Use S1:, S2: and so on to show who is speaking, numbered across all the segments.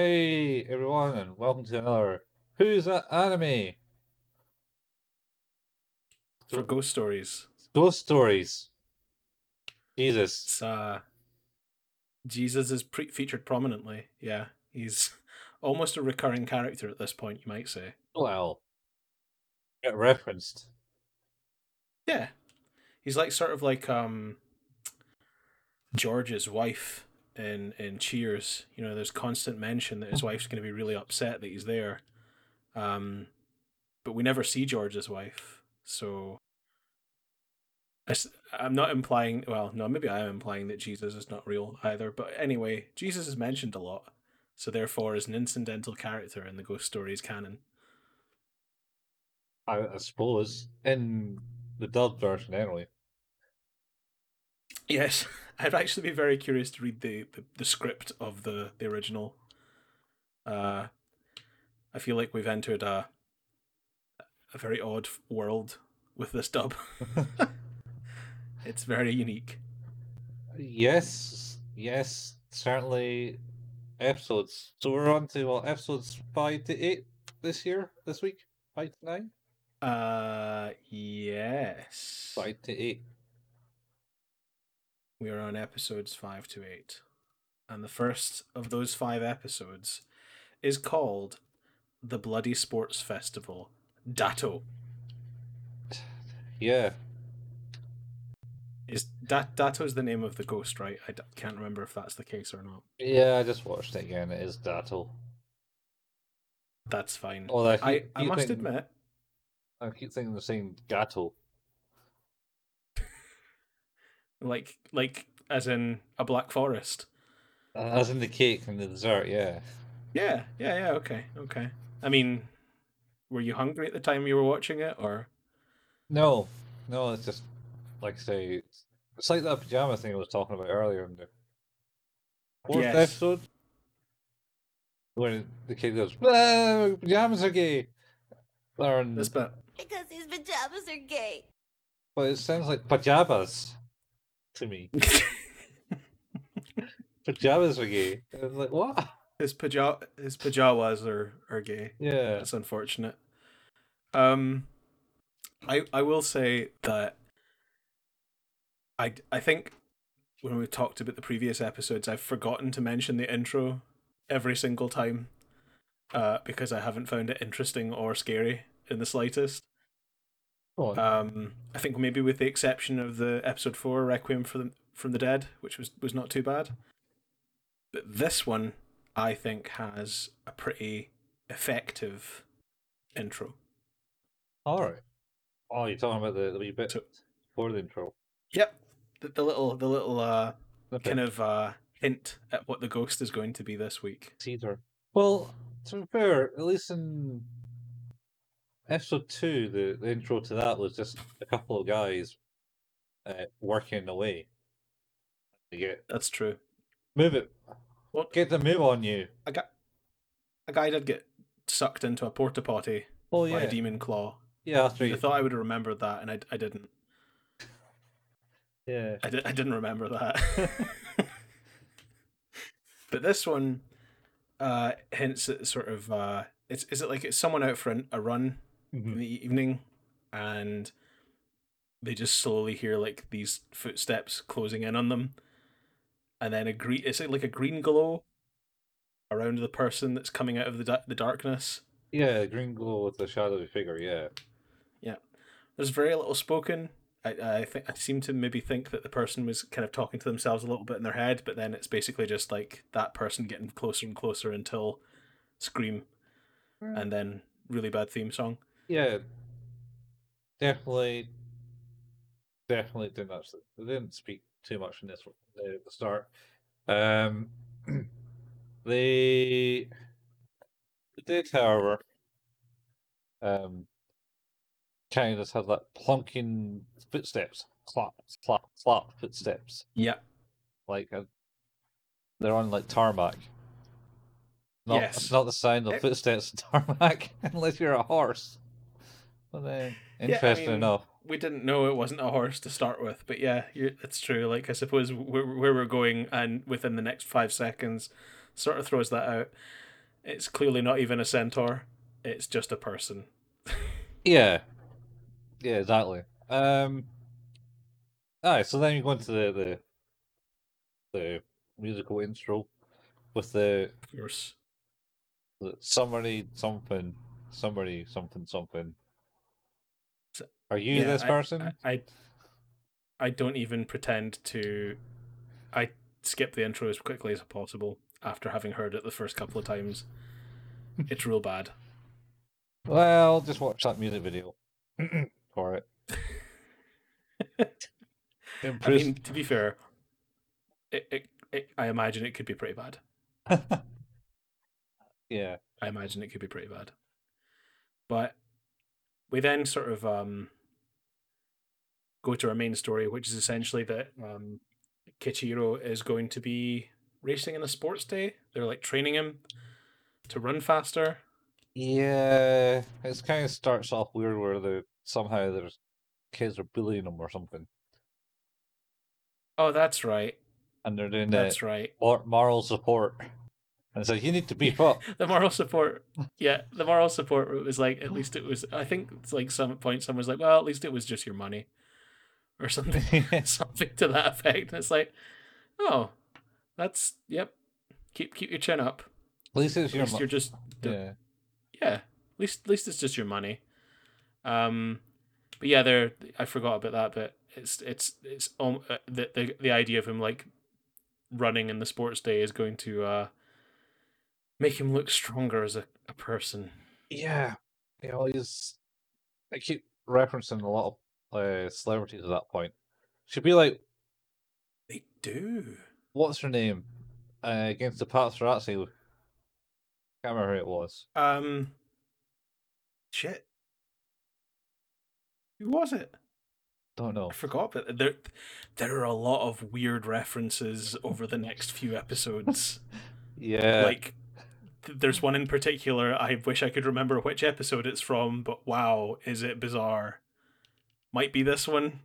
S1: Hey everyone, and welcome to another Who's That Anime?
S2: for ghost stories.
S1: Ghost Stories. Jesus.
S2: It's uh, Jesus is pre- featured prominently. Yeah, he's almost a recurring character at this point. You might say.
S1: Well, get referenced.
S2: Yeah, he's like sort of like um, George's wife in in Cheers. You know, there's constant mention that his wife's going to be really upset that he's there, um, but we never see George's wife. So. I s- I'm not implying. Well, no, maybe I am implying that Jesus is not real either. But anyway, Jesus is mentioned a lot, so therefore is an incidental character in the ghost stories canon.
S1: I, I suppose in the dub version, anyway.
S2: Yes, I'd actually be very curious to read the, the, the script of the the original. Uh, I feel like we've entered a a very odd f- world with this dub. it's very unique.
S1: Yes, yes, certainly. Episodes. So we're on to well, episodes five to eight this year, this week. Five to nine.
S2: Uh, yes,
S1: Five to eight.
S2: we are on episodes five to eight, and the first of those five episodes is called the Bloody Sports Festival. Dato
S1: Yeah.
S2: is dat Dato's the name of the ghost, right? I d- can't remember if that's the case or not.
S1: Yeah, I just watched it again. It is Dattle.
S2: That's fine.
S1: Although keep-
S2: I, I
S1: keep
S2: must
S1: thinking-
S2: admit,
S1: I keep thinking the same Gato.
S2: like like as in a black forest.
S1: Uh, As in the cake and the dessert, yeah.
S2: Yeah, yeah, yeah. Okay, okay. I mean, were you hungry at the time you were watching it, or
S1: No, no, it's just like I say, it's, it's like that pajama thing I was talking about earlier in the fourth
S2: Yes.
S1: episode when the kid goes, "Ah, pajamas are gay. They're in-
S2: this bit?
S3: Because these pajamas are gay.
S1: but it sounds like pajamas to me. Pajamas are gay. I was like, what?
S2: His paja his pajawas are are gay.
S1: Yeah.
S2: That's unfortunate. Um, I I will say that I I think when we talked about the previous episodes, I've forgotten to mention the intro every single time, uh, because I haven't found it interesting or scary in the slightest.
S1: Go on.
S2: Um, I think maybe with the exception of the episode four Requiem for the, from the Dead, which was was not too bad. But this one, I think, has a pretty effective intro.
S1: All right. Oh, you're talking about the, the wee bit
S2: So-
S1: before the intro.
S2: Yep, the, the little the little uh,
S1: The bit
S2: kind of uh, hint at what the ghost is going to be this week.
S1: Caesar. Well, to be fair, at least in episode two, the, the intro to that was just a couple of guys uh, working away. You get
S2: That's true.
S1: move it,
S2: What
S1: get the move on you.
S2: a guy did get sucked into a porta potty
S1: Oh
S2: by
S1: yeah,
S2: a demon claw.
S1: yeah, that's
S2: I
S1: right.
S2: thought I would have remembered that, and I, I didn't.
S1: Yeah,
S2: I, di- I didn't remember that. but this one uh, hints at sort of uh, it's is it like it's someone out for an, a run in
S1: Mhm.
S2: the evening, and they just slowly hear like these footsteps closing in on them, and then a green it's like a green glow around the person that's coming out of the da- the darkness.
S1: yeah. Green glow with the shadowy figure. Yeah,
S2: There's very little spoken. I, I think I seem to maybe think that the person was kind of talking to themselves a little bit in their head, but then it's basically just like that person getting closer and closer until scream and then really bad theme song.
S1: yeah. Definitely, definitely didn't actually, they didn't speak too much in this one uh, at the start. Um, they did, however, um, kind of just had that plunking footsteps, clop, clop, clop footsteps,
S2: Yeah.
S1: like uh they're on like tarmac. Not,
S2: Yes.
S1: It's not the sound of
S2: It-
S1: footsteps on tarmac unless you're a horse. But then, interesting
S2: mean,
S1: enough.
S2: We didn't know it wasn't a horse to start with, but yeah, you're, it's true. Like I suppose where, where we're going and within the next five seconds, sort of throws that out. It's clearly not even a centaur. It's just a person.
S1: Yeah. Yeah, exactly. Um Alright, so then you go into the the, the musical intro with the,
S2: Of course.
S1: the summary something summary something something.
S2: So-
S1: Are you
S2: Yeah,
S1: this
S2: I-
S1: person?
S2: I, I I don't even pretend to. I skip the intro as quickly as possible after having heard it the first couple of times. It's real bad.
S1: Well, just watch that music video for it.
S2: I
S1: Impressed.
S2: mean, to be fair, it, it, it, I imagine it could be pretty bad.
S1: yeah.
S2: I imagine it could be pretty bad. But we then sort of um, go to our main story, which is essentially that um, Kichiro is going to be racing in a sports day. They're like training him to run faster.
S1: Yeah, it's kind of starts off weird where the somehow there's kids are bullying them or something,
S2: Oh, that's right.
S1: and they're doing that
S2: That's right.
S1: mor- moral support, and it's like you need to beef up.
S2: The moral support, yeah, the moral support was like at least it was. I think it's like some point someone was like, well, at least it was just your money, or something. something to that effect. And it's like, oh, that's yep. Keep keep your chin up.
S1: At least it's
S2: At
S1: your
S2: least
S1: mo-
S2: you're just the- yeah.
S1: yeah.
S2: At least at least it's just your money. Um, but yeah, there. I forgot about that, but it's it's it's um, uh, the the the idea of him like running in the sports day is going to uh make him look stronger as a, a person.
S1: yeah, yeah. Well, he's I keep referencing a lot of uh, celebrities at that point. Should be like
S2: They do.
S1: what's her name uh, against the Paparazzi. Can't remember who it was.
S2: Um, shit. Who was it?
S1: Don't know.
S2: I forgot, but there there are a lot of weird references over the next few episodes.
S1: Yeah,
S2: like th- there's one in particular, I wish I could remember which episode it's from, but wow, is it bizarre. Might be this one.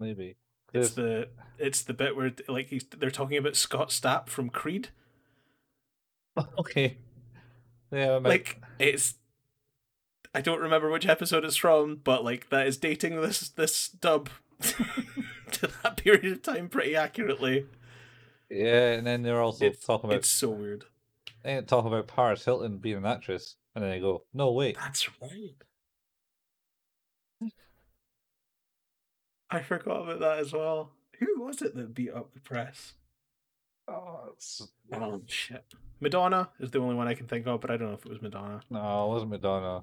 S1: maybe.
S2: It's
S1: There's-
S2: the it's the bit where like he's, they're talking about Scott Stapp from Creed.
S1: Okay. Yeah, I meant-
S2: Like it's I don't remember which episode it's from, but like that is dating this this dub to that period of time pretty accurately.
S1: Yeah, and then they're also
S2: It's-
S1: talking about
S2: It's so weird.
S1: they talk about Paris Hilton being an actress, and then they go, "No, wait,
S2: That's right. I forgot about that as well. Who was it that beat up the press?
S1: oh, it's-
S2: Oh shit. Madonna is the only one I can think of, but I don't know if it was Madonna.
S1: no, it wasn't Madonna.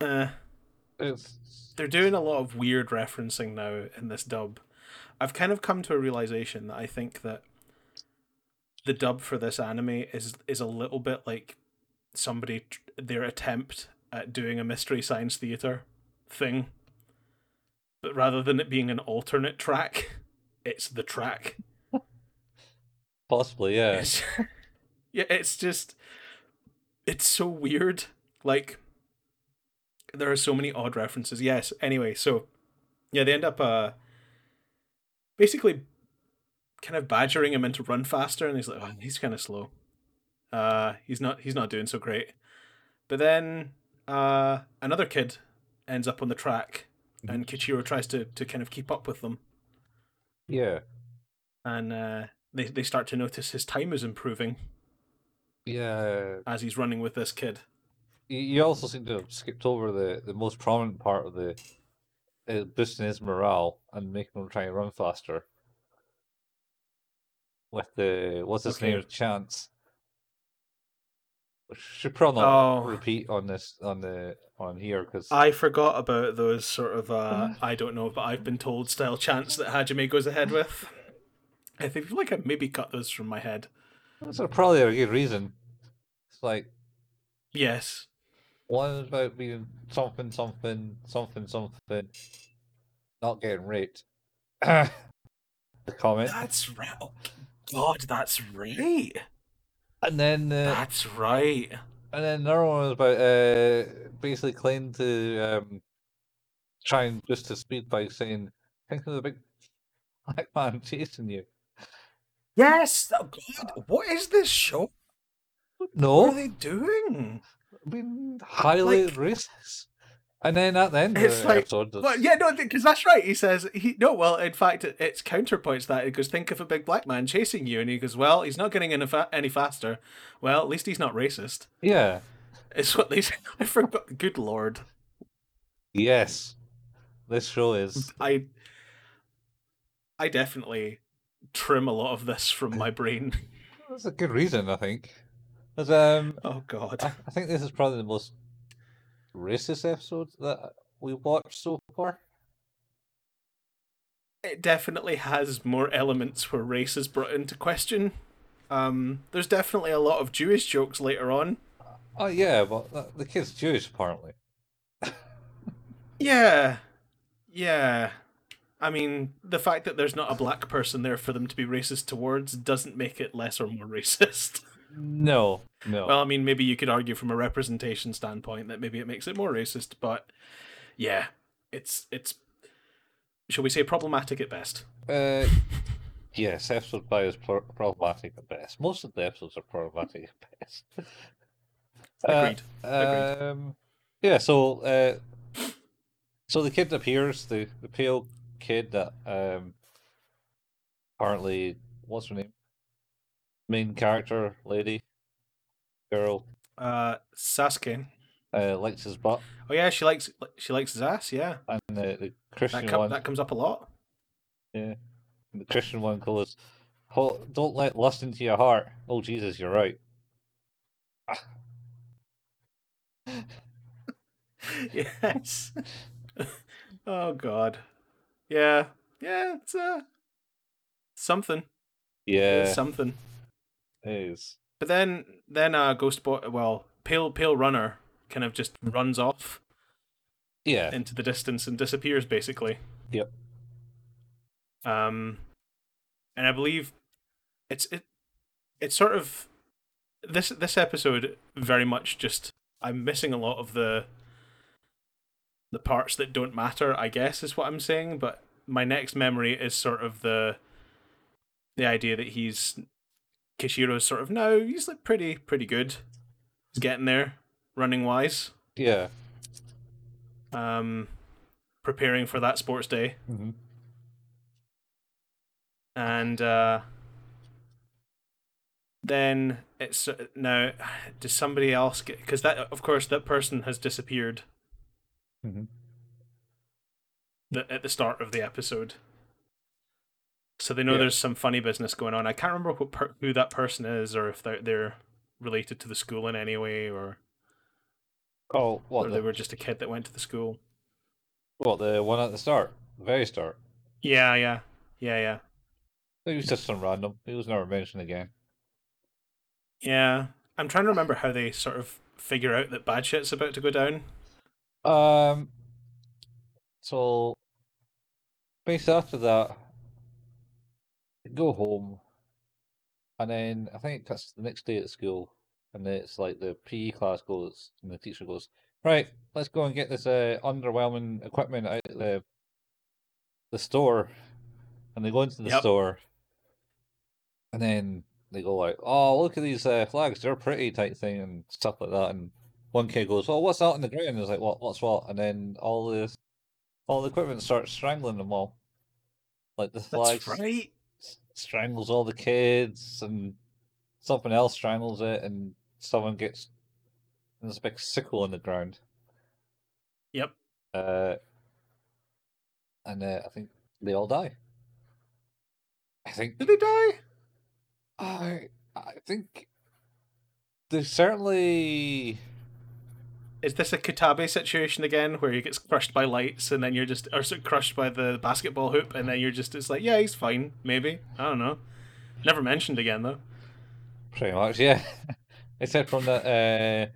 S2: Uh,
S1: It's
S2: they're doing a lot of weird referencing now in this dub. I've kind of come to a realization that I think that the dub for this anime is is a little bit like somebody tr- their attempt at doing a mystery science theater thing, but rather than it being an alternate track, it's the track.
S1: possibly yeah,
S2: It's, yeah, it's just it's so weird. Like there are so many odd references. Yes. Anyway, so yeah, they end up uh basically kind of badgering him into run faster and he's like, oh, he's kind of slow. Uh he's not he's not doing so great. But then uh another kid ends up on the track and Kichiro tries to to kind of keep up with them
S1: yeah,
S2: and uh they, they start to notice his time is improving
S1: yeah.
S2: as he's running with this kid.
S1: You- You also seem to have skipped over the the most prominent part of the uh, boosting his morale and making him try and run faster. With the what's his
S2: Okay.
S1: name chance, which should probably not
S2: Oh,
S1: repeat on this on the on here because
S2: I forgot about those sort of uh, I don't know, but I've been told style chants that Hajime goes ahead with. I think like I maybe cut those from my head.
S1: That's a- probably a good reason. It's like
S2: Yes,
S1: one is about being something, something, something, something, not getting raped. the comment,
S2: that's right. Oh, God, that's right.
S1: and then uh,
S2: That's right.
S1: and then another one was about uh, basically claiming to um, try and boost his speed by saying, "Think of the big black man chasing you."
S2: Yes. oh God, what is this show? What are
S1: No,
S2: they doing?
S1: been highly
S2: like-
S1: racist. And then at the end of
S2: It's
S1: the
S2: like-
S1: episode, there's-
S2: Well, yeah, no, because that's right. He says he no. Well, in fact, it, it's counterpoints that. He goes, "Think of a big black man chasing you," and he goes, "Well, he's not getting any, fa- any faster. Well, at least he's not racist."
S1: yeah,
S2: It's what they say. I forgot. Good lord,
S1: yes, this show is.
S2: I, I definitely trim a lot of this from my brain.
S1: There's a good reason, I think. 'Cause, um,
S2: Oh
S1: I,
S2: god,
S1: I think this is probably the most racist episode that we watched so far.
S2: it definitely has more elements where race is brought into question. Um, there's definitely a lot of Jewish jokes later on.
S1: Oh yeah, but the- the kid's Jewish apparently.
S2: Yeah. Yeah. I mean, the fact that there's not a black person there for them to be racist towards doesn't make it less or more racist.
S1: No, no.
S2: Well, I mean, maybe you could argue from a representation standpoint that maybe it makes it more racist, but yeah, it's it's shall we say problematic at best.
S1: Uh, yes, episode five is pro- problematic at best. Most of the episodes are problematic at best.
S2: Agreed.
S1: Uh, um, yeah, so uh, so the kid appears, the, the pale kid that um, apparently what's her name? Main character lady girl
S2: uh Sasuke.
S1: uh, likes his butt,
S2: Oh yeah, she likes she likes his ass, yeah.
S1: and the, the
S2: That
S1: Christian
S2: com-
S1: one,
S2: that comes up a lot.
S1: the Christian one goes, "Hol- "Don't let lust into your heart." Oh Jesus, you're right.
S2: yes. oh god. Yeah. Yeah, it's uh something.
S1: Yeah,
S2: It's something.
S1: it is.
S2: But then then uh Ghost Boy well, Pale Pale Runner kind of just runs off
S1: Yeah,
S2: into the distance and disappears basically.
S1: Yep.
S2: Um and I believe it's it it's sort of this this episode very much just I'm missing a lot of the the parts that don't matter, I guess is what I'm saying, but my next memory is sort of the the idea that he's Kishiro's sort of no, he's like pretty pretty good. He's getting there, running wise.
S1: yeah.
S2: Um preparing for that sports day.
S1: hmm
S2: and uh, then it's uh, now does somebody else get because that of course that person has disappeared
S1: Mhm.
S2: the, at the start of the episode so they know
S1: Yeah.
S2: there's some funny business going on i can't remember what per- who that person is or if they're, they're related to the school in any way or,
S1: Oh,
S2: or
S1: what
S2: they
S1: the,
S2: were just a kid that went to the school
S1: what the one at the start, the very start.
S2: yeah yeah yeah yeah
S1: It was just some random. It was never mentioned again.
S2: yeah i'm trying to remember how they sort of figure out that bad shit's about to go down
S1: Um. So, basically after that, they go home, and then I think that's the next day at school, and then it's like the PE class goes, and the teacher goes, "Right, let's go and get this uh, underwhelming equipment out of the the store," and they go into the
S2: Yep.
S1: store, and then they go like, "Oh, look at these uh, flags, they're pretty," type thing, and stuff like that, and one kid goes, "Well, what's out on the ground?" And it's like, "What? What's what?" And then all the all the equipment starts strangling them all. Like the flag
S2: that's right
S1: s- strangles all the kids, and something else strangles it, and someone gets and there's a big sickle on the ground.
S2: Yep.
S1: Uh, and uh, I think they all die. I think
S2: Did they die?
S1: I I think they certainly
S2: Is this a Katabe situation again, where he gets crushed by lights and then you're just, or so- crushed by the basketball hoop, and then you're just, it's like, yeah, he's fine, maybe. I don't know. Never mentioned again though.
S1: Pretty much, yeah. Except from the uh,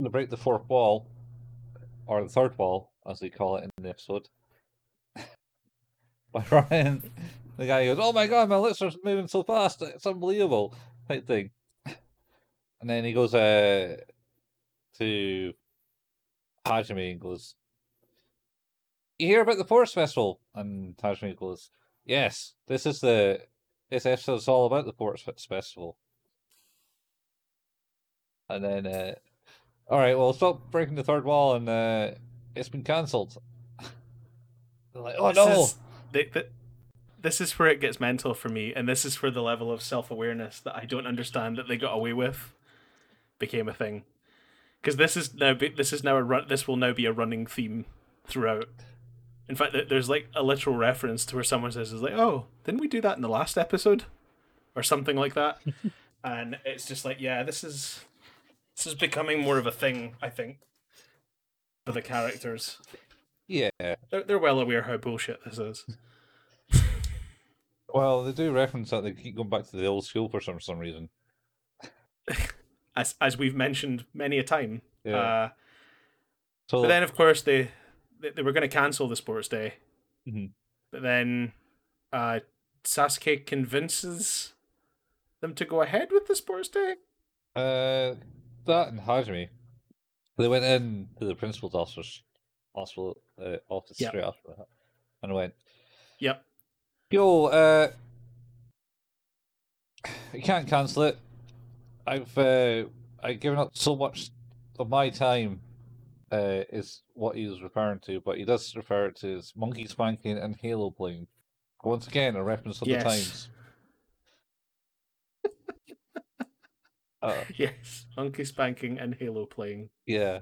S1: the break the fourth wall, or the third wall, as they call it in the episode. By Ryan, the guy goes, "Oh my god, my lips are moving so fast, it's unbelievable," type thing. And then he goes uh, to Hajime and goes, "You hear about the Forest Festival?" And Hajime goes, "Yes, this is the this episode's all about the Ports Festival. And then, uh, all right, well, stop breaking the third wall, and uh, it's been cancelled. They're like, oh
S2: This
S1: no,
S2: is- they- th- this is where it gets mental for me, and this is where the level of self awareness that I don't understand that they got away with became a thing. Because this is now be, this is now a run, this will now be a running theme throughout. In fact, there- there's like a literal reference to where someone says, "Is like, oh, didn't we do that in the last episode?" or something like that. and it's just like, yeah, this is this is becoming more of a thing, I think, for the characters.
S1: yeah.
S2: They're, they're well aware how bullshit this is.
S1: Well, they do reference that they keep going back to the old school for some some reason.
S2: as as we've mentioned many a time.
S1: Yeah.
S2: Uh,
S1: so
S2: but then, of course, they they, they were going to cancel the sports day.
S1: Mhm.
S2: But then, uh, Sasuke convinces them to go ahead with the sports day.
S1: Uh, that and Hajime. They went in to the principal's office, hospital, uh, office
S2: Yep.
S1: straight after that, and went,
S2: Yep.
S1: "Yo, uh, you can't cancel it. I've uh, I've given up so much of my time." Uh, is what he was referring to, but he does refer it to as monkey spanking and halo playing. Once again, a reference of
S2: Yes.
S1: the times. uh,
S2: Yes. Monkey spanking and Halo playing.
S1: yeah.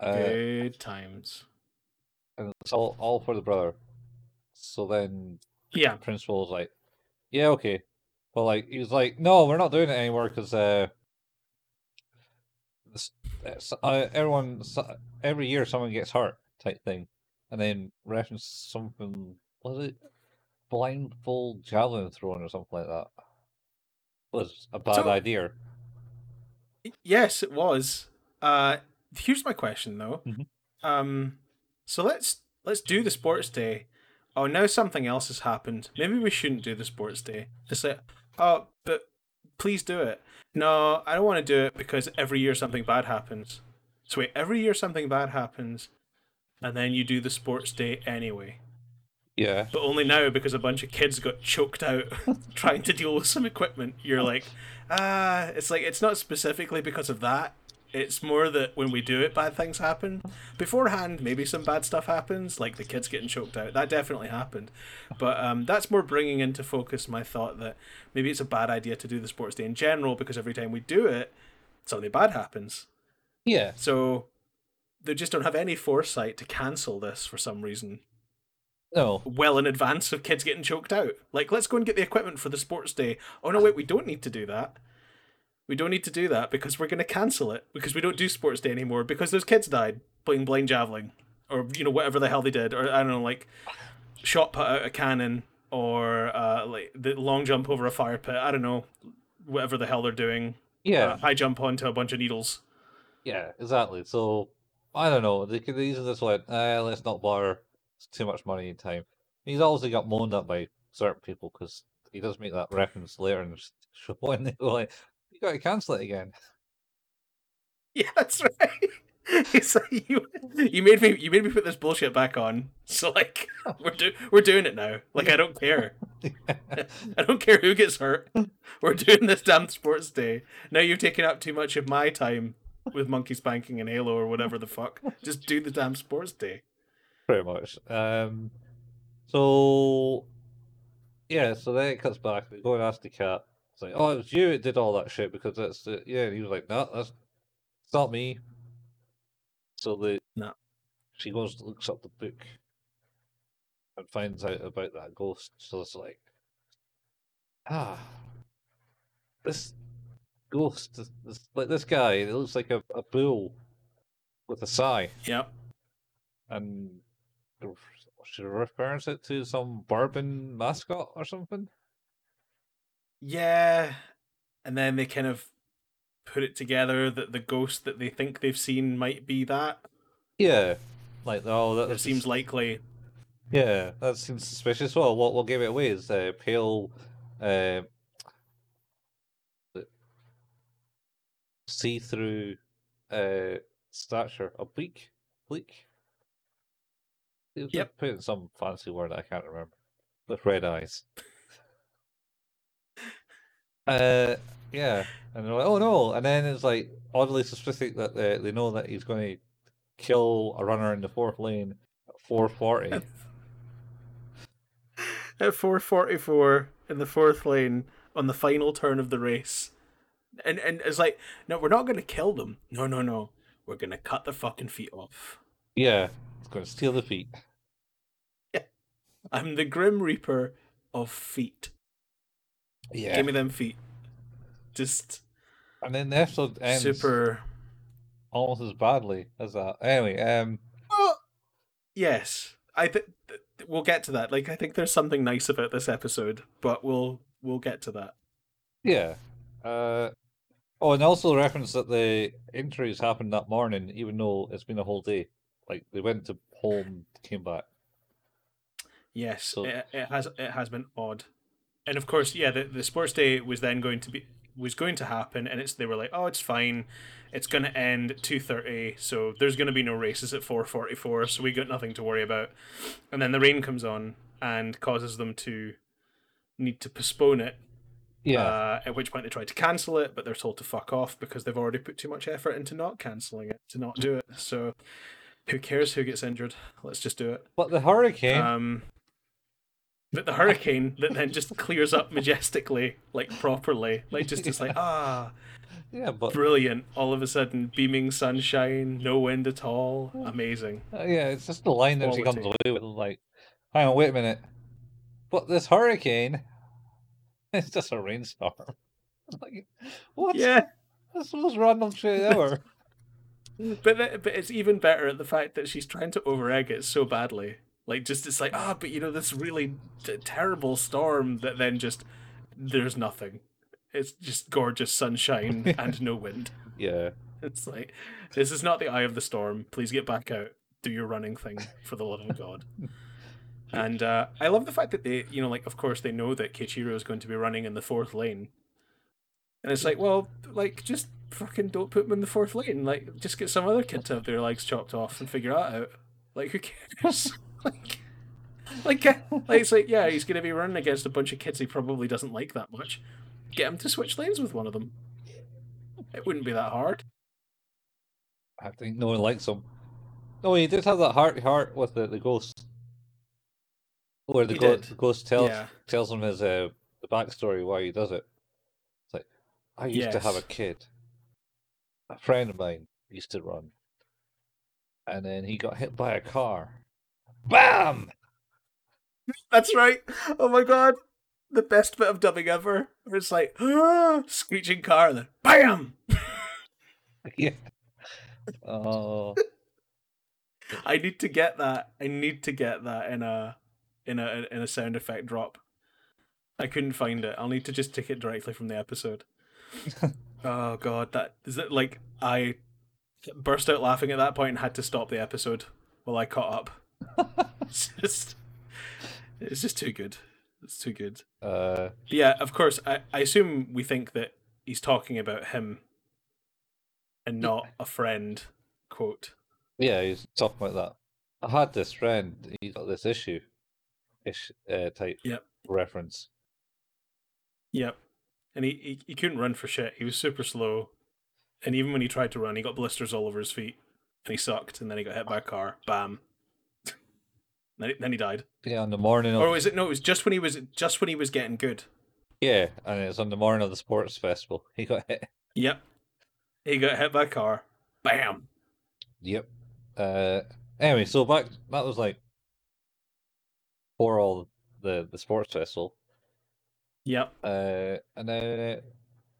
S1: Uh,
S2: Good times.
S1: and it's all, all for the brother. So then
S2: Yeah.
S1: principal was like, "Yeah, okay." Well, like he was like, "No, we're not doing it anymore because uh, this, uh, s- uh, everyone so- every year someone gets hurt type thing," and then reference something was it blindfold javelin throwing or something like that was a bad
S2: So-
S1: idea.
S2: Yes, it was. Uh, here's my question though.
S1: Mhm.
S2: Um, so let's let's do the sports day. Oh, now something else has happened. Maybe we shouldn't do the sports day. It's like, oh, but please do it. No, I don't want to do it because every year something bad happens. So wait, every year something bad happens, and then you do the sports day anyway.
S1: Yeah,
S2: But only now because a bunch of kids got choked out trying to deal with some equipment. You're like, ah, it's like it's not specifically because of that. It's more that when we do it, bad things happen. Beforehand, maybe some bad stuff happens, like the kids getting choked out. That definitely happened. But um, that's more bringing into focus my thought that maybe it's a bad idea to do the sports day in general because every time we do it, something bad happens.
S1: yeah,
S2: So they just don't have any foresight to cancel this for some reason
S1: no,
S2: well in advance of kids getting choked out. Like, let's go and get the equipment for the sports day. Oh no, wait, we don't need to do that. We don't need to do that because we're going to cancel it because we don't do sports day anymore because those kids died playing blind javelin or you know whatever the hell they did or I don't know like shot put out a cannon or uh, like the long jump over a fire pit. I don't know whatever the hell they're doing.
S1: yeah.
S2: Uh, high jump onto a bunch of needles.
S1: Yeah, exactly. So I don't know. They could easily just went, eh, let's not bother. It's too much money and time. He's obviously got moaned at by certain people because he does make that reference later in the s- show when they were like, you got to cancel it again.
S2: Yeah, that's right. He's like, you, you made me you made me put this bullshit back on. So like we're do, we're doing it now. Like I don't care. I don't care who gets hurt. We're doing this damn sports day. Now you've taken up too much of my time with monkey spanking and Halo or whatever the fuck. Just do the damn sports day.
S1: Pretty much. Um, so yeah, so then it cuts back. They go and ask the cat. It's like, oh, it was you that did all that shit because that's the yeah. And he was like, no, that's it's not me. So the
S2: No.
S1: she goes and looks up the book and finds out about that ghost. So it's like, ah, this ghost, this, this like this guy, it looks like a, a bull with a sigh
S2: Yep.
S1: and r- she refers it to some bourbon mascot or something.
S2: Yeah. And then they kind of put it together that the ghost that they think they've seen might be that.
S1: Yeah, like oh, that
S2: It seems likely.
S1: yeah, that seems suspicious. Well, what will give it away is uh, pale, uh, see-through uh, stature, oblique, bleak.
S2: Yep.
S1: Put in some fancy word I can't remember with red eyes. Uh, yeah, and they're like, "Oh no!" And then it's like oddly suspicious that uh, they, they know that he's going to kill a runner in the fourth lane at four forty.
S2: At 444 in the fourth lane on the final turn of the race. And and it's like, no, we're not gonna kill them. No, no, no. We're gonna cut their fucking feet off.
S1: yeah, he's going to steal the feet.
S2: I'm the Grim Reaper of feet.
S1: Yeah,
S2: Give me them feet. Just
S1: and then the episode ends
S2: super
S1: almost as badly as that. Anyway, um,
S2: Yes, I think we'll get to that. Like, I think there's something nice about this episode, but we'll we'll get to that.
S1: yeah. Uh, oh, and also the reference that the injuries happened that morning, even though it's been a whole day. Like they went to home, came back.
S2: Yes,
S1: So-
S2: it, it has it has been odd, and of course, yeah, the, the sports day was then going to be was going to happen, and it's they were like, oh, it's fine, it's going to end at two thirty, so there's going to be no races at four forty four, so we got nothing to worry about, and then the rain comes on and causes them to need to postpone it
S1: Yeah,
S2: Uh, at which point they tried to cancel it, but they're told to fuck off because they've already put too much effort into not cancelling it, to not do it. So who cares who gets injured? Let's just do it.
S1: but the hurricane.
S2: Um, but the hurricane that then just clears up majestically, like properly, like just it's like ah,
S1: yeah, but
S2: brilliant! All of a sudden, beaming sunshine, no wind at all, amazing.
S1: Uh, yeah, it's just the line that she comes
S2: Quality.
S1: away with. Like, hang on, wait a minute. But this hurricane, it's just a rainstorm. like, what?
S2: Yeah,
S1: That's the most random shit ever.
S2: But th- but it's even better at the fact that she's trying to overegg it so badly. Like just it's like ah, but you know this really t- terrible storm that then just there's nothing. It's just gorgeous sunshine and no wind.
S1: yeah.
S2: It's like this is not the eye of the storm. Please get back out. Do your running thing for the love of God. And uh, I love the fact that they, you know, like of course they know that Kichiro is going to be running in the fourth lane, and it's like, well, like just fucking don't put him in the fourth lane. Like just get some other kid to have their legs chopped off and figure that out. Like who cares? like, like, uh, like it's like yeah, he's going to be running against a bunch of kids he probably doesn't like that much. Get him to switch lanes with one of them. It wouldn't be that hard.
S1: I think no one likes him. No, he did have that heart to heart with the, the ghost. Where the
S2: He
S1: ghost,
S2: did.
S1: the ghost tells
S2: Yeah.
S1: tells him his uh, the backstory why he does it. It's like I used to have a
S2: Yes.
S1: kid. A friend of mine used to run. And then he got hit by a car. Bam!
S2: That's right. Oh my god. The best bit of dubbing ever. Where It's like screeching car and then BAM!
S1: yeah. Oh
S2: I need to get that. I need to get that in a in a in a sound effect drop. I couldn't find it. I'll need to just take it directly from the episode. oh god, that is it like I burst out laughing at that point and had to stop the episode while I caught up. it's just it's just too good. It's too good.
S1: uh
S2: Yeah, of course. I, I assume we think that he's talking about him and not a friend, quote.
S1: yeah, he's talking about that. I had this friend, he got this issue ish uh, type
S2: Yep.
S1: reference.
S2: Yep. And he, he, he couldn't run for shit. He was super slow. And even when he tried to run, he got blisters all over his feet. And he sucked. And then he got hit by a car. Bam. then, he, then he died.
S1: Yeah, on the morning of
S2: Or was it no? It was just when he was just when he was getting good.
S1: Yeah, and it's on the morning of the sports festival. He got hit.
S2: Yep. He got hit by a car. Bam.
S1: Yep. Uh. Anyway, so back that was like for all the the sports festival.
S2: Yep.
S1: Uh, and then uh,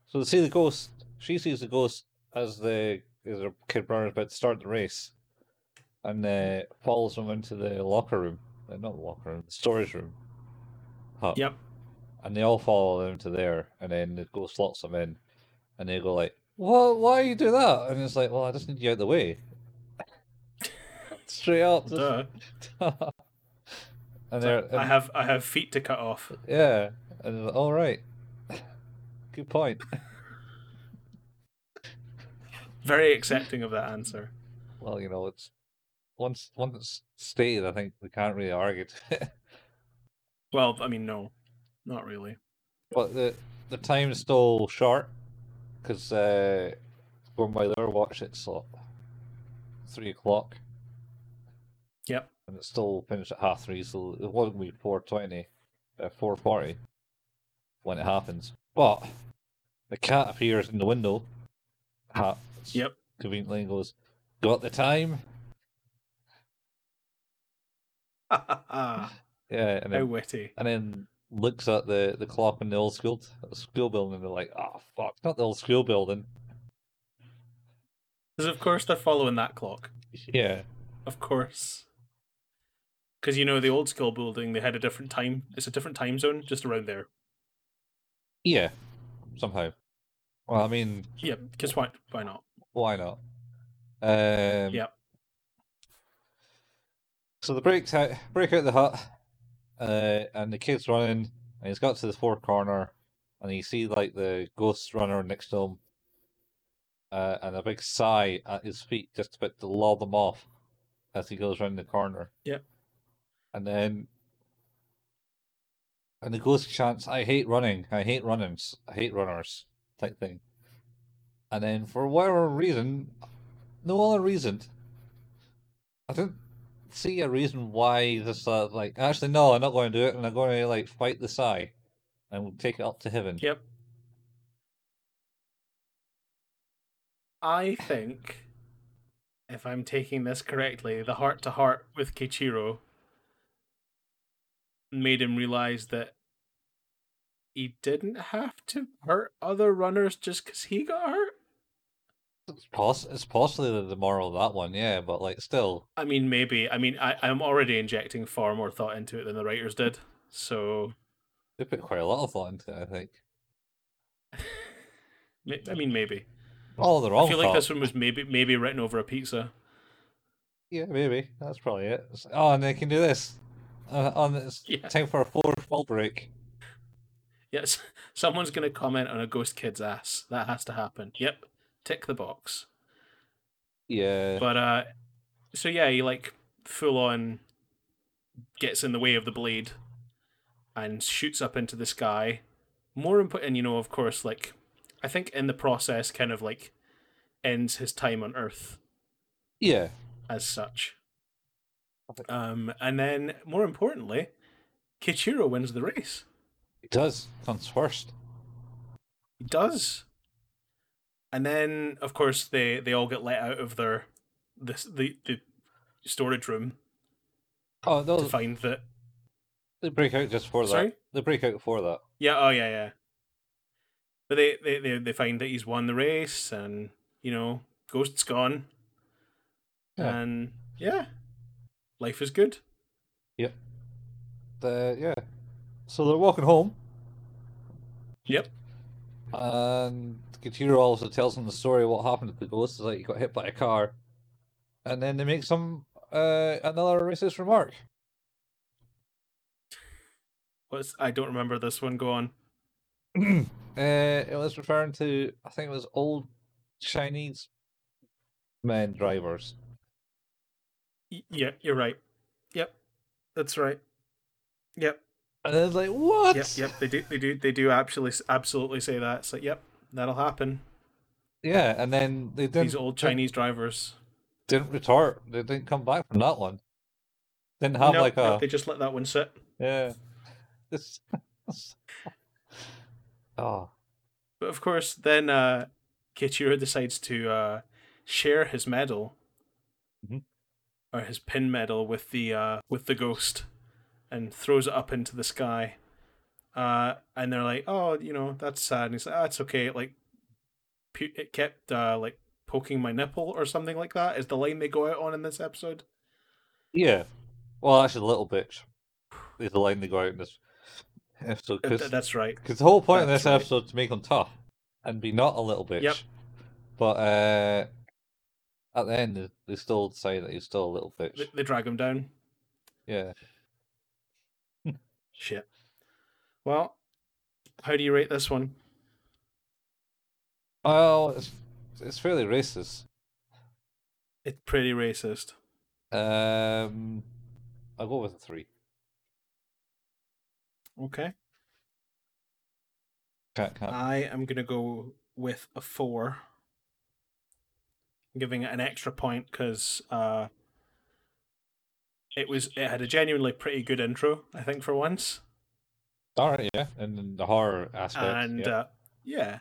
S1: so they see the ghost. She sees the ghost as the as her kid brother's about to start the race, and uh, follows him into the locker room. Uh, not the locker room, the storage room. Hut.
S2: Yep.
S1: and they all follow them to there, and then the ghost locks them in, and they go like, "What? Why you do that?" And it's like, "Well, I just need you out of the way." Straight up, just-
S2: Duh.
S1: and they're and-
S2: I have I have feet to cut off.
S1: yeah, and they're like, all right, good point.
S2: very accepting of that answer.
S1: Well, you know, it's once once it's stated, I think we can't really argue. to it.
S2: Well, I mean, no, not really.
S1: but the the time's still short because uh, going by their watch, it's like three o'clock,
S2: Yep.
S1: and it's still finished at half three. So it wasn't be four twenty, uh, four forty when it happens. But the cat appears in the window. Hat
S2: Yep.
S1: conveniently and goes, "Got the time?"
S2: How
S1: Yeah, and then
S2: witty.
S1: and then looks at the, the clock in the old school at the school building and they're like, oh fuck, not the old school building.
S2: Because of course they're following that clock.
S1: Yeah.
S2: Of course. Because you know the old school building, they had a different time. It's a different time zone just around there.
S1: Yeah. Somehow. Well, I mean,
S2: Yep. Because why? Why not?
S1: why not? Um
S2: Yep.
S1: so they break out break out the hut, uh, and the kid's running and he's got to the fourth corner and you see like the ghost runner next to him. Uh, and a big sigh at his feet just about to lull them off as he goes round the corner.
S2: Yep.
S1: And then and the ghost chants, I hate running, I hate runners, I hate runners type thing. And then for whatever reason no other reason I don't see a reason why this uh, like actually no, I'm not going to do it, and I'm going to like fight the Psy, and we'll take it up to heaven.
S2: Yep. I think, if I'm taking this correctly, the heart to heart with Kichiro made him realize that he didn't have to hurt other runners just because he got hurt.
S1: It's, poss- it's possibly the, the moral of that one, yeah, but like still,
S2: I mean, maybe. I mean, I, I'm already injecting far more thought into it than the writers did. So,
S1: they put quite a lot of thought into it. I think
S2: ma- I mean, maybe.
S1: all Oh, the wrong
S2: I feel like
S1: thought.
S2: this one was maybe maybe written over a pizza.
S1: Yeah, maybe that's probably it. It's like, oh, and they can do this. Uh, on it's
S2: Yeah.
S1: time for a fourth fall break.
S2: Yes, someone's going to comment on a ghost kid's ass. That has to happen. Yep, tick the box.
S1: Yeah,
S2: But uh, so yeah, he like full on gets in the way of the blade and shoots up into the sky. More important, you know, of course, like I think in the process, kind of like ends his time on Earth
S1: yeah,
S2: as such.
S1: Okay.
S2: Um, and then more importantly, Kichiro wins the race.
S1: it does comes first.
S2: He does. And then, of course, they they all get let out of their this the the storage room
S1: Oh,
S2: to
S1: no,
S2: find that.
S1: they break out just for
S2: Sorry.
S1: that. They break out for that.
S2: Yeah. Oh, yeah, yeah. But they, they they they find that he's won the race, and you know, ghost's gone,
S1: Yeah.
S2: and yeah, life is good.
S1: Uh, yeah. So they're walking home.
S2: Yep.
S1: And Katira also tells them the story of what happened to the ghost. It's like he got hit by a car. And then they make some uh, another racist remark.
S2: What's I don't remember this one. Go on.
S1: uh, it was referring to, I think it was old Chinese men drivers.
S2: Y- yeah, you're right. Yep, that's right. Yep.
S1: And it's like, what?
S2: Yep, yep, they do, they do, they do. Actually, absolutely say that. It's like, yep, that'll happen.
S1: Yeah, and then they didn't,
S2: These old Chinese drivers.
S1: didn't retort. They didn't come back from that one. Didn't have
S2: No,
S1: like
S2: no,
S1: a.
S2: they just let that one sit.
S1: Yeah. This. oh.
S2: But of course, then uh, Kichiro decides to uh, share his medal
S1: Mhm.
S2: or his pin medal with the uh, with the ghost, and throws it up into the sky. Uh, and they're like, "Oh, you know, that's sad." And he's like, "Ah, it's okay." Like, pu- it kept uh, like poking my nipple or something like that. Is the line they go out on in this episode?
S1: Yeah. Well, actually, little bitch is the line they go out in this episode.
S2: Uh, th-
S1: Because
S2: That's right.
S1: the whole point of
S2: that's
S1: this
S2: right.
S1: episode is to make them tough and be not a little bitch.
S2: Yep.
S1: But uh, at the end, they- they still say that he's still a little bitch.
S2: They, they drag him down.
S1: Yeah.
S2: Shit. Well, how do you rate this one?
S1: Well, it's, it's fairly racist.
S2: It's pretty racist.
S1: Um, I'll go with a three.
S2: Okay.
S1: Cat cat.
S2: I am going to go with a four. I'm giving it an extra point because uh, it was it had a genuinely pretty good intro, I think, for once,
S1: All right, yeah, and then the horror aspect.
S2: and
S1: yeah.
S2: uh, yeah,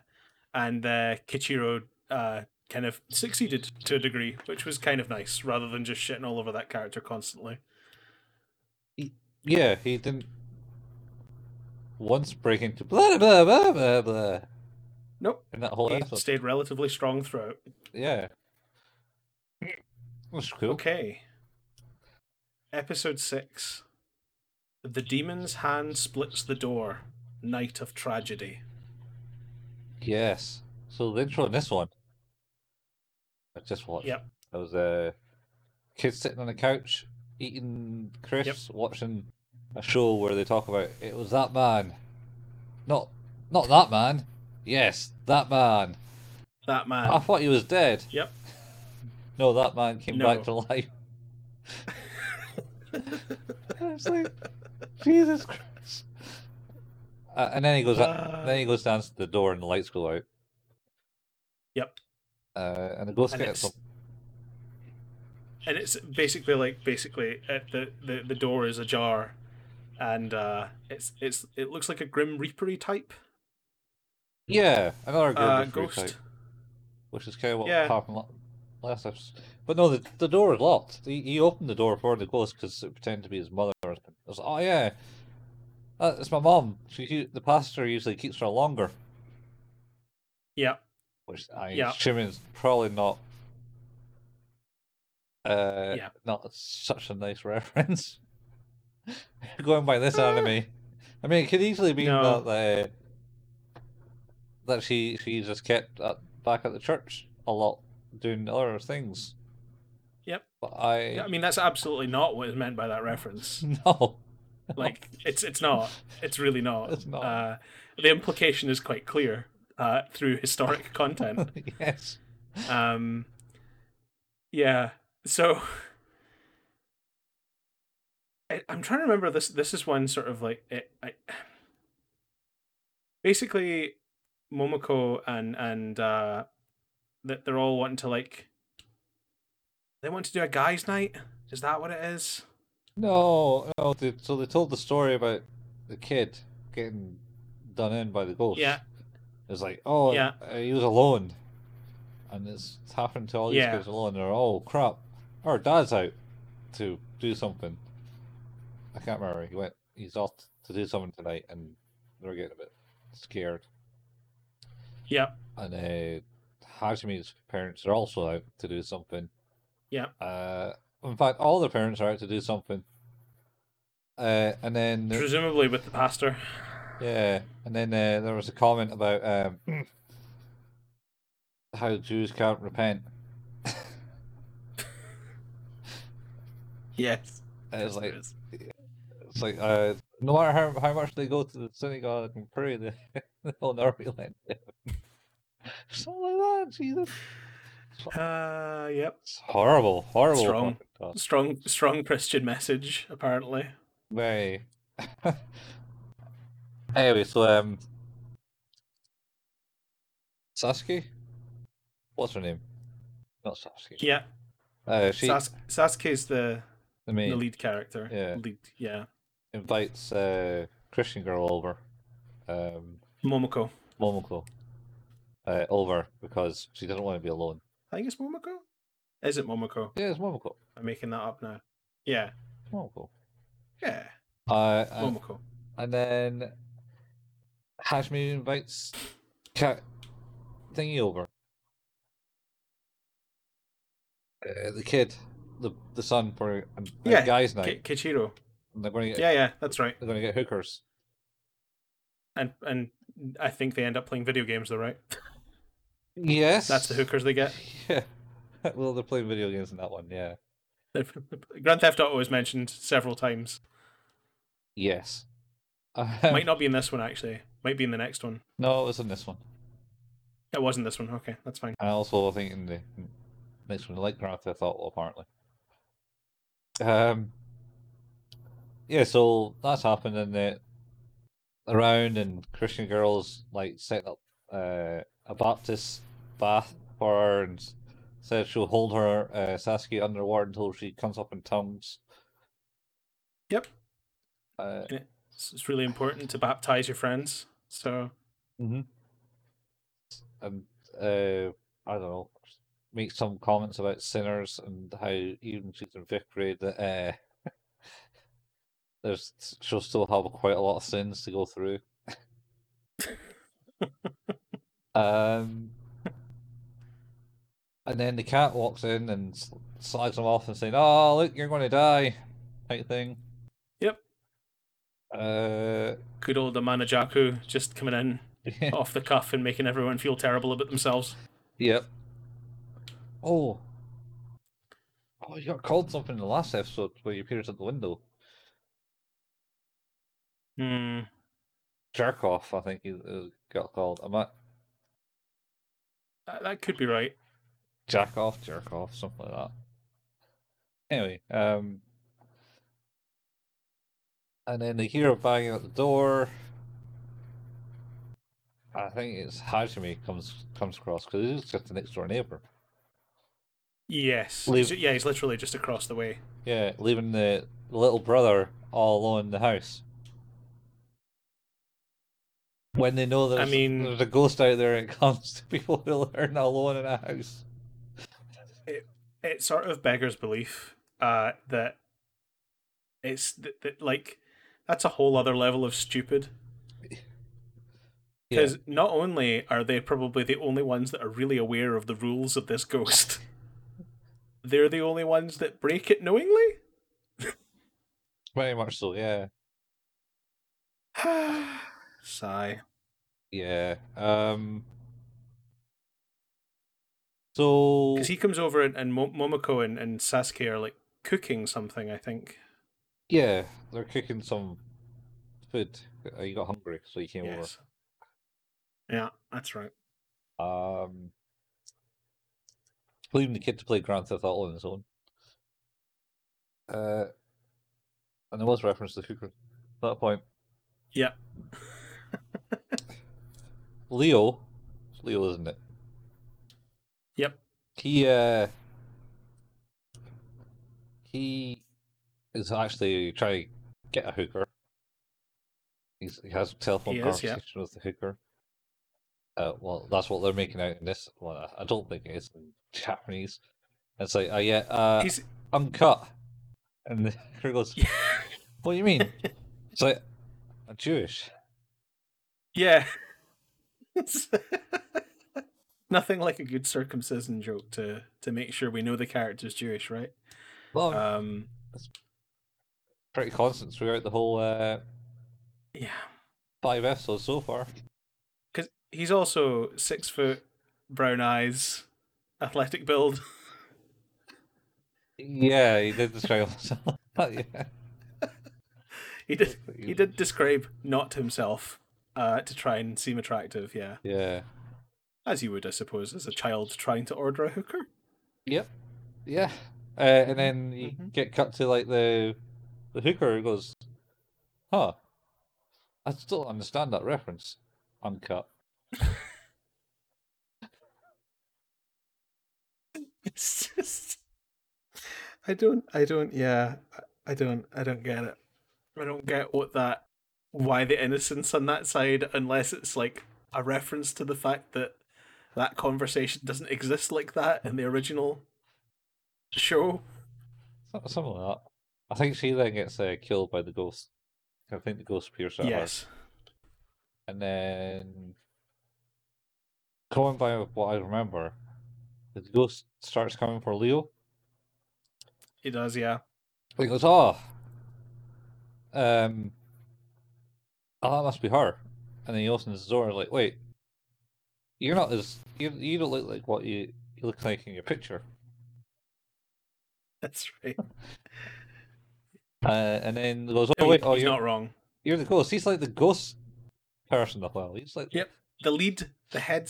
S2: and uh, Kichiro uh, kind of succeeded to a degree, which was kind of nice, rather than just shitting all over that character constantly.
S1: yeah, he didn't once break into blah blah blah blah blah.
S2: Nope,
S1: In that whole
S2: he
S1: episode,
S2: stayed relatively strong throughout.
S1: yeah. That's cool.
S2: Okay. Episode 6 The Demon's Hand Splits the Door. Night of Tragedy.
S1: Yes. So the intro in this one, I just watched.
S2: Yep.
S1: It was a uh, kid sitting on a couch eating crisps, watching a show where they talk about it was that man, not not that man. Yes, that man.
S2: That man.
S1: I thought he was dead.
S2: Yep.
S1: No, that man came back to
S2: No.
S1: life. And it's like, Jesus Christ. Uh, and then he goes. out then he goes down to the door, and the lights go out.
S2: Yep.
S1: Uh, and the ghost
S2: And
S1: gets
S2: it's,
S1: some.
S2: and it's basically like basically uh, the, the the door is ajar and uh it's it's it looks like a grim reapery type
S1: Yeah, another good
S2: uh,
S1: ghost,
S2: ghost
S1: which is kind of what
S2: Yeah.
S1: happened la- last episode. But no, the, the door is locked. He, he opened the door for the ghost because it pretended to be his mother. I was like, oh yeah, uh, it's my mom. She, u- the pastor usually keeps her longer,
S2: yep
S1: which I
S2: Yeah.
S1: assume is probably not. Uh,
S2: Yeah.
S1: not such a nice reference. Going by this anime, I mean, it could easily be
S2: No.
S1: that uh, that she she just kept at, back at the church a lot, doing other things.
S2: Yep.
S1: But I,
S2: i mean that's absolutely not what is meant by that reference
S1: no,
S2: like it's it's not it's really not,
S1: It's not.
S2: Uh, the implication is quite clear uh, through historic content
S1: yes,
S2: um yeah so I, i'm trying to remember this this is one sort of like it, I, basically momoko and and uh that they're all wanting to like they want to do a guys night is that what it is
S1: no, no. They, so they told the story about the kid getting done in by the ghost.
S2: yeah
S1: It's like, oh,
S2: Yeah.
S1: uh, he was alone. And it's happened to all these
S2: Yeah.
S1: kids alone. They're, oh, crap. Our dad's out to do something. I can't remember. He went, he's off to do something tonight, and they're getting a bit scared.
S2: yeah
S1: And uh, Hajime's parents are also out to do something.
S2: Yeah.
S1: Uh, in fact, all the parents are out to do something. Uh, and then there-
S2: presumably with the pastor
S1: yeah, and then uh, there was a comment about um,
S2: Hmm.
S1: how Jews can't repent.
S2: yes
S1: And It's like it's like uh, no matter how, how much they go to the synagogue and pray, they they'll never be let in. Something like that. Jesus, "Oh."
S2: uh yep
S1: it's horrible, horrible.
S2: Strong.
S1: fucking thought.
S2: strong strong christian message apparently
S1: Very. anyway, so um, Sasuke, what's her name? Not Sasuke.
S2: yeah
S1: Uh, she,
S2: Sas- Sasuke's the,
S1: the main.
S2: the lead character.
S1: Yeah.
S2: Lead, yeah.
S1: invites uh, Christian girl over, um,
S2: Momoko.
S1: Momoko, uh, over because she doesn't want to be alone.
S2: I think it's Momoko. Is it Momoko?
S1: Yeah, it's Momoko.
S2: I'm making that up now. Yeah.
S1: It's Momoko.
S2: Yeah.
S1: Uh, and,
S2: Momoko.
S1: and then Hashmi invites Cat Thingy over. Uh, the kid, the the son for a, a
S2: Yeah,
S1: guys'
S2: Ki-
S1: night.
S2: Kichiro.
S1: And they're going to get
S2: Yeah, yeah, that's right.
S1: they're going to get hookers.
S2: And and I think they end up playing video games though, right?
S1: Yes,
S2: That's the hookers they get.
S1: Yeah. well, they're playing video games in that one. Yeah.
S2: Grand Theft Auto is mentioned several times.
S1: Yes. Uh,
S2: Might not be in this one actually. Might be in the next one.
S1: No, it was in this one.
S2: It wasn't this one. Okay, that's fine.
S1: And also, I think in the next one, like Grand Theft Auto, apparently. Um. Yeah, so that's happened, and uh, around and Christian girls like set up uh, a Baptist bath for her and s- said she'll hold her uh, Sasuke underwater until she comes up in tongues.
S2: Yep.
S1: Uh,
S2: It's, it's really important to baptize your friends. So
S1: and uh, I don't know, make some comments about sinners and how even she's in fifth grade that uh, there's she'll still have quite a lot of sins to go through. um, and then the cat walks in and s- slags him off and saying, "Oh, look, you're going to die," type thing.
S2: Yep.
S1: Uh,
S2: good old Amanajaku just coming in off the cuff and making everyone feel terrible about themselves.
S1: Yep. Oh. Oh, you got called something in the last episode where you peered at the window.
S2: Hmm.
S1: Jerk off, I think you uh, got called. Am I
S2: That, that could be right.
S1: jack off, jerk off, something like that. Anyway, um, and then they hear a banging at the door. I think it's Hajime comes comes across because he's just the next door neighbor.
S2: Yes.
S1: Leave-
S2: He's- Yeah, he's literally just across the way.
S1: Yeah, leaving the little brother all alone in the house. When they know there's,
S2: mean-
S1: there's a ghost out there and it comes to people who are not alone in a house.
S2: It sort of beggars belief uh, that it's that, that like that's a whole other level of stupid.
S1: Yeah.
S2: Because not only are they probably the only ones that are really aware of the rules of this ghost, they're the only ones that break it knowingly.
S1: Very much so, yeah.
S2: Sigh.
S1: Yeah. Um So
S2: Because he comes over and, and Mo- Momoko and, and Sasuke are like cooking something, I think.
S1: yeah, they're cooking some food. Uh, He got hungry, so he came over.
S2: Yes. Yeah, that's right.
S1: Um, leaving the kid to play Grand Theft Auto on his own. Uh, and there was reference to Hooker at that point.
S2: Yeah.
S1: Leo, it's Leo, isn't it?
S2: Yep.
S1: He uh, he is actually trying to get a hooker. He's, he has a telephone
S2: He is, yeah.
S1: conversation with the hooker. Uh, well, that's what they're making out in this one. I- I don't think it is in Japanese. It's like, oh yeah, uh,
S2: He's
S1: I'm cut. And the hooker goes,
S2: yeah,
S1: what do you mean? it's like, I'm Jewish.
S2: yeah. It's- Nothing like a good circumcision joke to to make sure we know the character's Jewish, right?
S1: Well,
S2: Um,
S1: pretty constant throughout the whole uh,
S2: yeah,
S1: five episodes so far.
S2: because he's also six foot, brown eyes, athletic build.
S1: Yeah, he did describe himself. yeah.
S2: He did he did describe not himself uh, to try and seem attractive. Yeah,
S1: Yeah.
S2: as you would, I suppose, as a child trying to order a hooker.
S1: Yep. Yeah. Uh, and then you
S2: Mhm.
S1: get cut to like the the hooker who goes, "Huh, I still don't understand that reference." Uncut.
S2: It's just I don't I don't yeah I- I don't I don't get it. I don't get what that why the innocence on that side unless it's like a reference to the fact that that conversation doesn't exist like that in the original show.
S1: So- Something like that. I think she then gets uh, killed by the ghost. I think the ghost pierces her. heart.
S2: Yes.
S1: And then, going by what I remember, the ghost starts coming for Leo.
S2: It does, yeah.
S1: He goes, oh, um, oh, that must be her. And then he opens the door and like, wait, you're not as you you don't look like what you, you look like in your picture.
S2: That's right.
S1: Uh, and then he goes, oh
S2: No,
S1: wait,
S2: he-
S1: oh
S2: he's
S1: you're
S2: not wrong.
S1: you're the ghost. He's like the ghost person as well. He's like,
S2: Yeah. The lead the head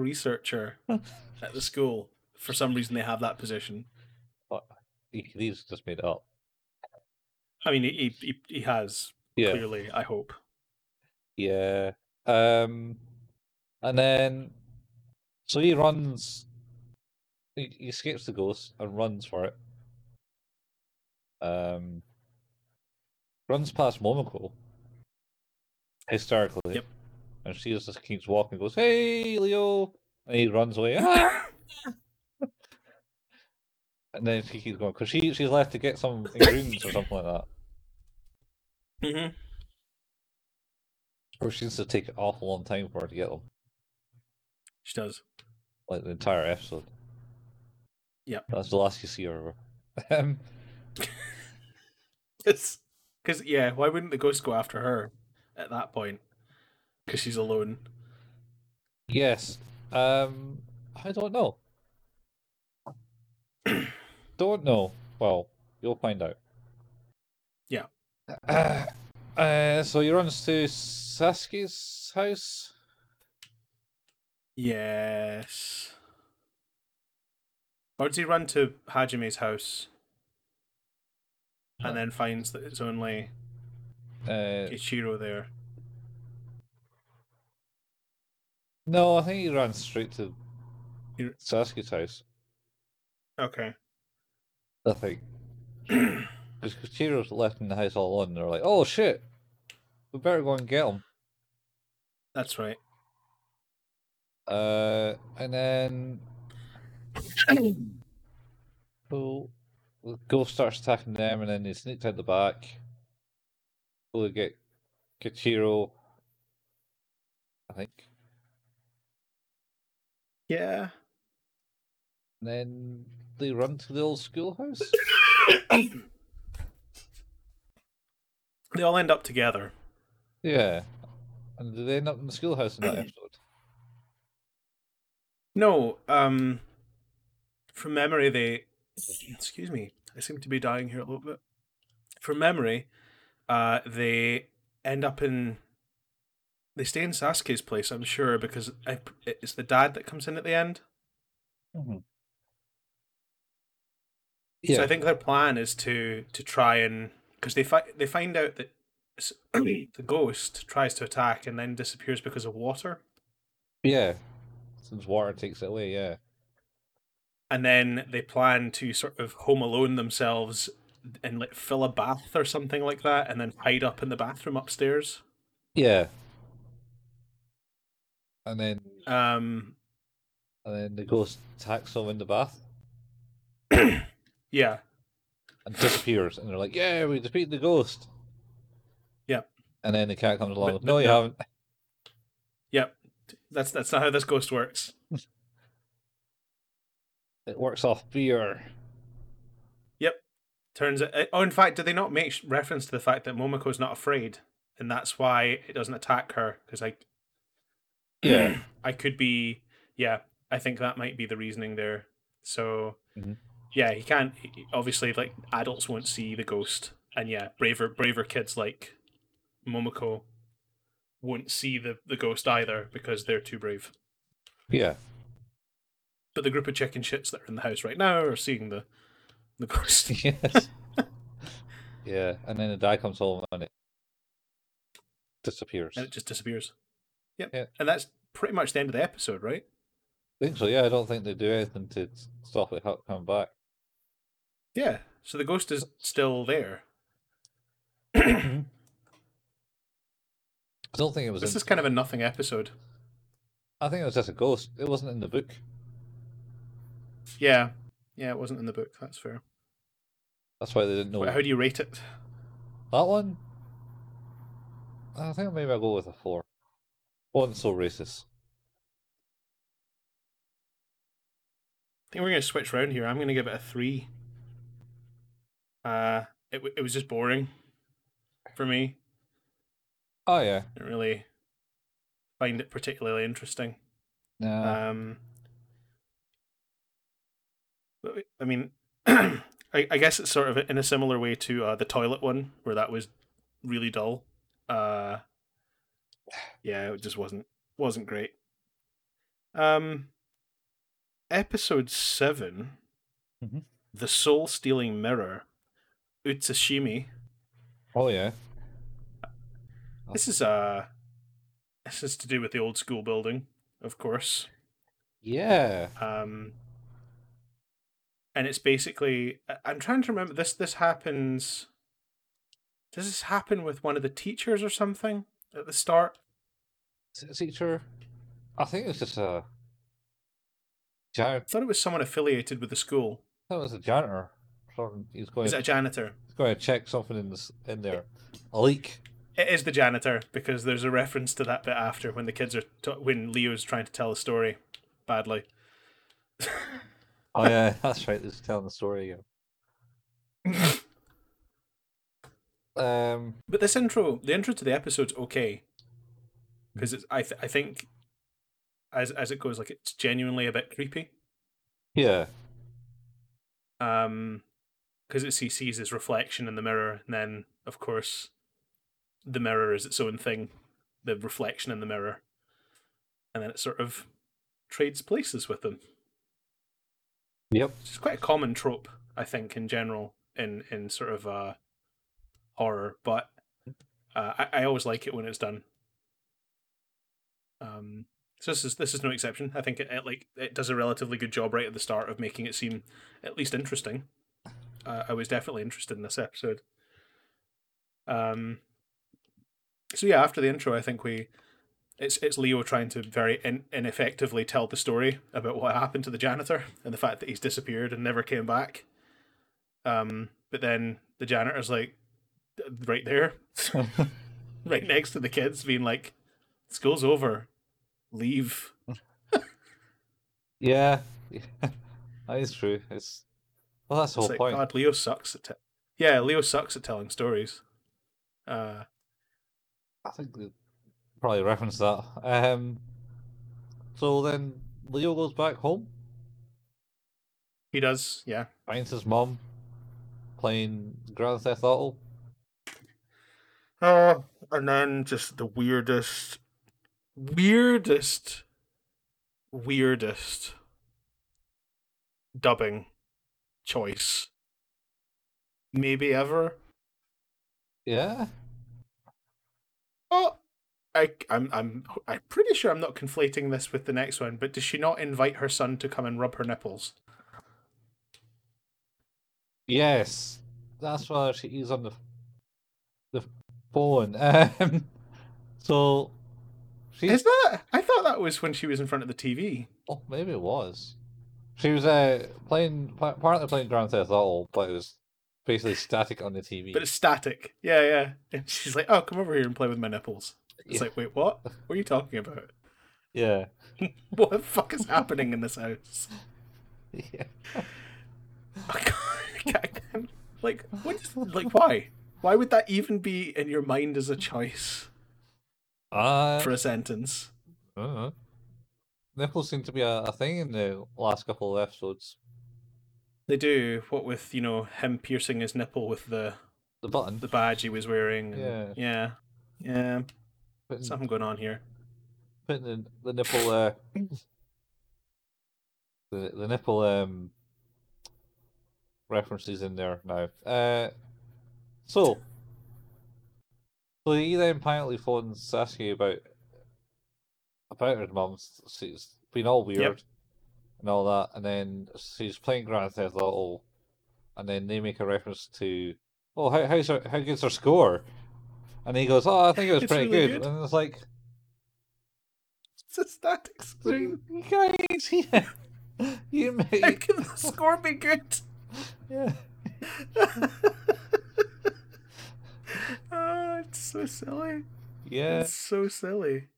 S2: researcher at the school, for some reason they have that position.
S1: he, he's just made it up.
S2: I mean he he, he has
S1: Yeah.
S2: clearly, I hope.
S1: Yeah. Um, and then, so he runs. He, he escapes the ghost and runs for it. Um, runs past Momoko. Hysterically.
S2: Yep.
S1: And she just keeps walking. Goes, hey, Leo, and he runs away. "Ah!" and then she keeps going because she she's left to get some ingredients or something like that.
S2: Mm-hmm.
S1: Or she needs to take an awful long time for her to get them,
S2: She does.
S1: like the entire episode.
S2: Yep.
S1: That's the last you see her. Um,
S2: Because, yeah, why wouldn't the ghost go after her at that point? Because she's alone.
S1: yes. Um, I don't know. don't know. Well, you'll find out.
S2: Yeah.
S1: Uh, uh, so he runs to Sasuke's house.
S2: Yes. Or does he run to Hajime's house and then finds that it's only
S1: Uh,
S2: Ichiro there?
S1: no, I think he ran straight to
S2: He-
S1: Sasuke's house.
S2: Okay.
S1: I think. Because Chiro's left in the house all alone, and they're like, oh shit, we better go and get him.
S2: That's right.
S1: Uh, and then. Well, the ghost starts attacking them, and then they sneak out the back. Go to get Kichiro, I think.
S2: Yeah.
S1: And then they run to the old schoolhouse.
S2: They all end up together.
S1: yeah. And do they end up in the schoolhouse in that episode?
S2: No, um from memory they excuse me, I seem to be dying here a little bit. From memory, uh they end up in they stay in Sasuke's place, I'm sure, because I, it's the dad that comes in at the end.
S1: Yeah.
S2: So I think their plan is to to try and because they find they find out that s- the ghost tries to attack and then disappears because of water,
S1: Yeah. Since water takes it away, yeah.
S2: and then they plan to sort of home alone themselves and like fill a bath or something like that, and then hide up in the bathroom upstairs.
S1: Yeah. And then
S2: Um,
S1: and then the ghost attacks them in the bath
S2: yeah,
S1: and disappears and they're like, Yeah, we defeated the ghost.
S2: Yep.
S1: And then the cat comes along
S2: But-
S1: with,
S2: but
S1: No you
S2: no.
S1: haven't
S2: yep. That's that's not how this ghost works.
S1: it works off beer.
S2: Turns out, oh, in fact, did they not make sh- reference to the fact that Momoko's not afraid, and that's why it doesn't attack her? Because I,
S1: Yeah.
S2: I could be, yeah, I think that might be the reasoning there. So,
S1: Mhm.
S2: yeah, he can't. he- Obviously, like adults won't see the ghost, and yeah, braver, braver kids like Momoko won't see the the ghost either because they're too brave.
S1: Yeah.
S2: But the group of chicken shits that are in the house right now are seeing the the ghost.
S1: yes. yeah. And then the dad comes home and it disappears.
S2: and it just disappears. Yep.
S1: Yeah.
S2: And that's pretty much the end of the episode, right?
S1: I think so, yeah, I don't think they do anything to stop it ho- coming back.
S2: Yeah. So the ghost is still there.
S1: I don't think it was
S2: This
S1: in,
S2: is kind of a nothing episode.
S1: I think it was just a ghost. It wasn't in the book.
S2: Yeah. Yeah, it wasn't in the book. That's fair.
S1: That's why they didn't know
S2: But how do you rate it?
S1: That one? I think maybe I'll go with a four. Wasn't so racist.
S2: I think we're going to switch round here. I'm going to give it a three. Uh, it w- it was just boring for me.
S1: Oh yeah.
S2: Didn't really find it particularly interesting.
S1: Nah.
S2: Um, but we- I mean, I, I guess it's sort of in a similar way to uh, the toilet one, where that was really dull. Uh, yeah, it just wasn't wasn't great. Um, episode 7
S1: Mhm.
S2: the soul stealing mirror, Utsushimi.
S1: oh yeah.
S2: This is a This is to do with the old school building, of course.
S1: Yeah.
S2: Um, and it's basically I- I'm trying to remember this. This happens. Does this happen with one of the teachers or something at the start?
S1: Is it a teacher? I think it's just a
S2: I
S1: janitor.
S2: thought it was someone affiliated with the school.
S1: That was a janitor. Something- He's going.
S2: Is it a janitor?
S1: he's going to check something in this in there. A leak.
S2: It is the janitor because there's a reference to that bit after when the kids are t- when Leo's trying to tell a story badly.
S1: Oh yeah, that's right. They're just telling the story again. Um.
S2: But this intro, the intro to the episode's okay because it's I th- I think as as it goes like it's genuinely a bit creepy.
S1: Yeah.
S2: Um, because it see- sees his reflection in the mirror, and then of course, the mirror is its own thing, the reflection in the mirror, and then it sort of trades places with them.
S1: Yep.
S2: It's quite a common trope, I think, in general, in in sort of uh, horror. But uh, I, I always like it when it's done. Um, so this is this is no exception. I think it, it like it does a relatively good job right at the start of making it seem at least interesting. Uh, I was definitely interested in this episode. Um, so yeah, after the intro, I think we. It's, it's Leo trying to very in, ineffectively tell the story about what happened to the janitor and the fact that he's disappeared and never came back. Um, but then the janitor's like right there, right next to the kids, being like, "School's over, leave."
S1: yeah. that is true. It's well, that's the whole
S2: It's like,
S1: point.
S2: God, Leo sucks at. Te- yeah, Leo sucks at telling stories. Uh,
S1: I think they probably reference that. Um, so then Leo goes back home,
S2: he does, yeah.
S1: finds his mum playing Grand Theft Auto.
S2: Uh, and then just the weirdest, weirdest, weirdest dubbing choice maybe ever.
S1: Yeah,
S2: Oh, I, I'm, I'm, I'm pretty sure I'm not conflating this with the next one. But does she not invite her son to come and rub her nipples?
S1: yes, that's why she is on the the phone. Um, so she's
S2: Is that? I thought that was when she was in front of the TV.
S1: Oh, maybe it was. She was uh, playing, pa- partly playing Grand Theft Auto, but it was basically static on the TV.
S2: But it's static. Yeah, yeah. And she's like, "Oh, come over here and play with my nipples." It's
S1: Yeah.
S2: like, wait, what? What are you talking about?
S1: Yeah.
S2: What the fuck is happening in this house?
S1: yeah.
S2: I can't- I can't- like, what is, like, why? Why would that even be in your mind as a choice
S1: Uh,
S2: for a sentence?
S1: I don't know. Uh-huh. Nipples seem to be a, a thing in the last couple of episodes.
S2: They do what with you know him piercing his nipple with the
S1: The button.
S2: the badge he was wearing. and- yeah, yeah.
S1: putting
S2: Something going on here.
S1: putting the, the nipple. Uh, the, the nipple um, references in there now. Uh, so. So he then apparently phones Saskia about about her mum. s- She's been all weird and all that, and then she's playing Grand Theft Auto, and then they make a reference to, "Oh, how how's her, how good's her score?" And he goes, "Oh, I think it was
S2: It's
S1: pretty
S2: really
S1: good.
S2: good.
S1: And it's like,
S2: It's a static screen.
S1: you guys, yeah, you
S2: How
S1: make,
S2: can the score be good?
S1: yeah,
S2: oh, it's so silly.
S1: yeah,
S2: It's so silly.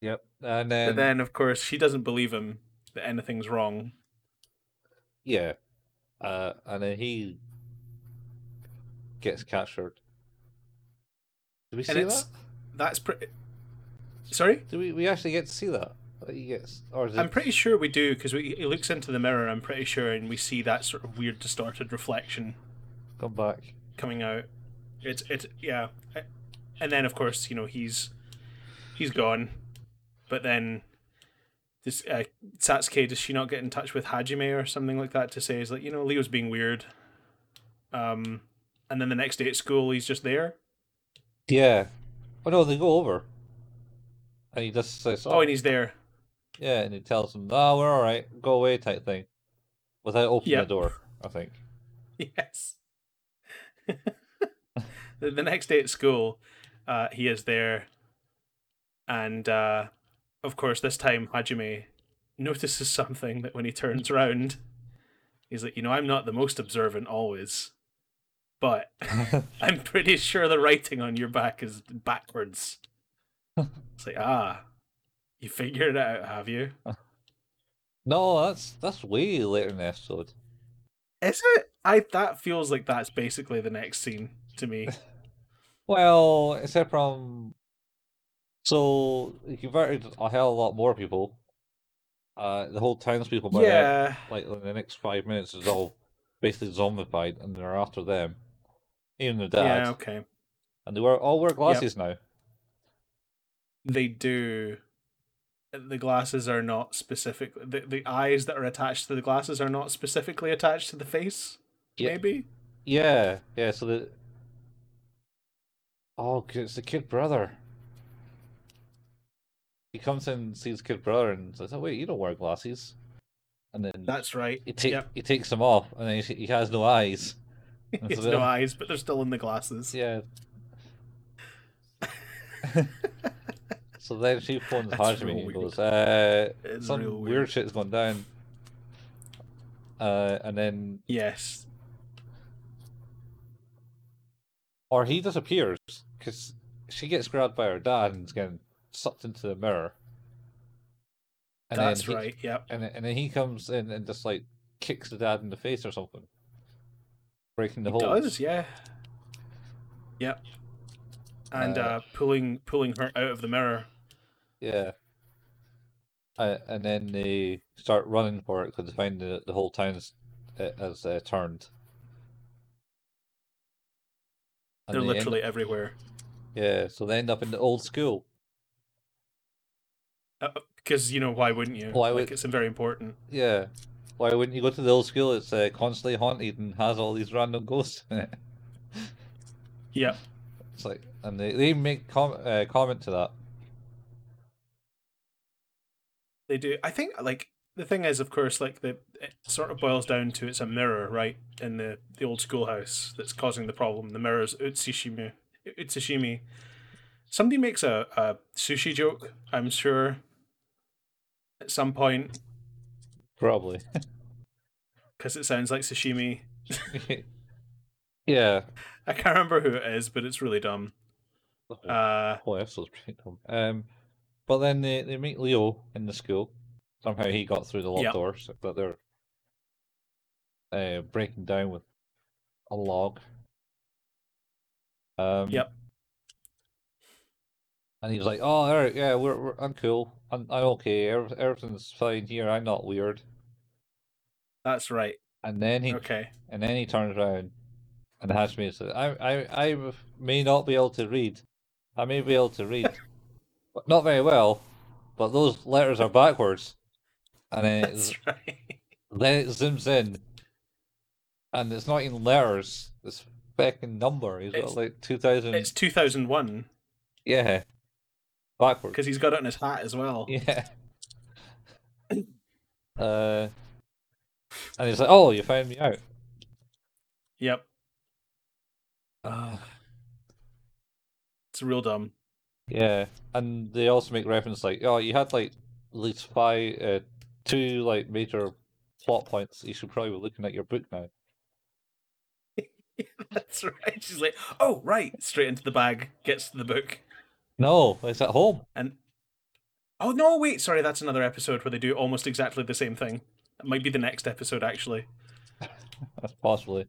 S1: yep." And
S2: But
S1: then,
S2: then, of course, she doesn't believe him that anything's wrong.
S1: yeah, uh, and then he gets captured. Do we see
S2: it's-
S1: that?
S2: That's pretty. Sorry,
S1: Do we, we actually get to see that? That He gets, or is it?
S2: I'm pretty sure we do because we he looks into the mirror. I'm pretty sure, and we see that sort of weird, distorted reflection
S1: come back.
S2: coming out. It's it's yeah, and then of course you know he's he's gone, but then this uh, Satsuke does she not get in touch with Hajime or something like that to say is like you know Leo's being weird, um, and then the next day at school he's just there.
S1: Yeah. Oh no, they go over. and he just says,
S2: Oh, and he's there.
S1: yeah," and he tells him, "Ah, we're all right, go away," type thing, without opening
S2: Yep.
S1: the door. I think.
S2: Yes. the, the next day at school, uh, he is there, and uh, of course, this time Hajime notices something that when he turns round, he's like, you know, I'm not the most observant always, but I'm pretty sure the writing on your back is backwards. It's like, ah, you figured it out, have you?
S1: no, that's that's way later in the episode.
S2: Is it? I that feels like that's basically the next scene to me.
S1: Well, except from so he converted a hell of a lot more people. Uh, the whole townspeople by then,
S2: yeah.
S1: like in the next five minutes is all basically zombified, and they're after them, even the dad,
S2: Yeah, okay.
S1: and they wear all wear glasses now.
S2: They do. The glasses are not specific. The, the eyes that are attached to the glasses are not specifically attached to the face.
S1: Yeah.
S2: Maybe.
S1: Yeah, yeah. So the oh, 'cause it's the kid brother. He comes in, and sees kid brother, and says, "Oh wait, you don't wear glasses," and then
S2: That's right.
S1: he takes
S2: yep.
S1: he takes them off, and then he, he has no eyes. And
S2: It's
S1: so
S2: no
S1: then-
S2: eyes, but they're still in the glasses.
S1: Yeah. so then she phones
S2: That's real
S1: Hajime and
S2: weird.
S1: goes, uh,
S2: It's
S1: some
S2: real
S1: weird,
S2: weird.
S1: shit's gone down. Uh, and then,
S2: Yes.
S1: or he disappears because she gets grabbed by her dad and is getting sucked into the mirror. And then
S2: That's
S1: he-
S2: right. Yep.
S1: And, then- and then he comes in and just like kicks the dad in the face or something, breaking the
S2: It
S1: whole.
S2: does, yeah. Yep. And
S1: Uh,
S2: uh, pulling pulling her out of the mirror.
S1: Yeah. Uh, and then they start running for it because they find the, the whole town is, uh, has uh, turned. And
S2: They're
S1: they end-
S2: literally everywhere.
S1: yeah, so they end up in the old school.
S2: Because you know why wouldn't you?
S1: Why
S2: like,
S1: would-
S2: It's very important.
S1: Yeah. Why wouldn't you go to the old school? It's uh, constantly haunted and has all these random ghosts in it.
S2: Yep.
S1: It's like, and they, they make com- uh, comment to that.
S2: they do i think like the thing is of course like the it sort of boils down to it's a mirror right in the the old schoolhouse that's causing the problem the mirror's utsushimi utsushimi somebody makes a, a sushi joke i'm sure at some point
S1: Probably.
S2: because it sounds like sashimi
S1: yeah.
S2: i can't remember who it is but it's really dumb
S1: The whole-
S2: uh
S1: whole episode's pretty dumb. Um, but then they, they meet Leo in the school. Somehow he got through the locked
S2: Yep.
S1: doors that they're uh, breaking down with a log. Um,
S2: Yep.
S1: And he was like, "Oh, all right, yeah, we're, we're I'm cool. I'm, I'm okay. Every, everything's fine here. I'm not weird."
S2: that's right
S1: And then he
S2: okay
S1: and then he turns around and has me said, I, I, I may not be able to read. I may be able to read. but not very well, but those letters are backwards. And then it,
S2: that's
S1: z-
S2: right
S1: then it zooms in. And it's not even letters, it's fucking number. He's got
S2: It's-
S1: like 2000.
S2: it's 2001
S1: yeah. Backwards.
S2: because he's got it on his hat as well
S1: Yeah. uh, and he's like, oh, you found me out.
S2: yep
S1: Ah.
S2: it's real dumb
S1: Yeah, and they also make reference like, oh, you had like at least five, uh, two like major plot points. You should probably be looking at your book now.
S2: That's right. She's like, oh, right. Straight into the bag, gets to the book.
S1: No, it's at home.
S2: Oh, no, wait. Sorry, that's another episode where they do almost exactly the same thing. That might be the next episode, actually.
S1: That's possibly.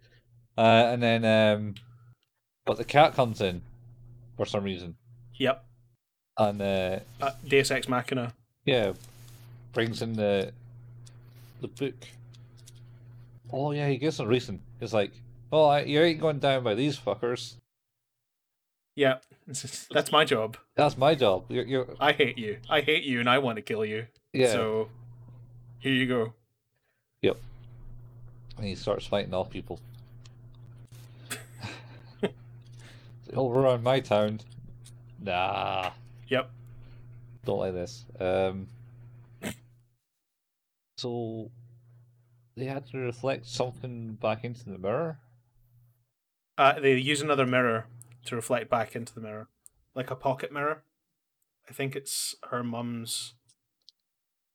S1: Uh, and then, um, but the cat comes in for some reason,
S2: Yep.
S1: and uh,
S2: Uh, Deus Ex Machina.
S1: yeah, brings in the the book. Oh yeah, he gives a reason. It's like, oh, I, you ain't going down by these fuckers.
S2: Yep. This is- That's my job.
S1: That's my job. You're, you're
S2: I hate you. I hate you and I want to kill you.
S1: yeah.
S2: So here you go.
S1: and he starts fighting all people. He'll ruin my town. Nah.
S2: Yep.
S1: don't like this. Um, so they had to reflect something back into the mirror.
S2: Uh, they use another mirror to reflect back into the mirror, like a pocket mirror. I think it's her mum's.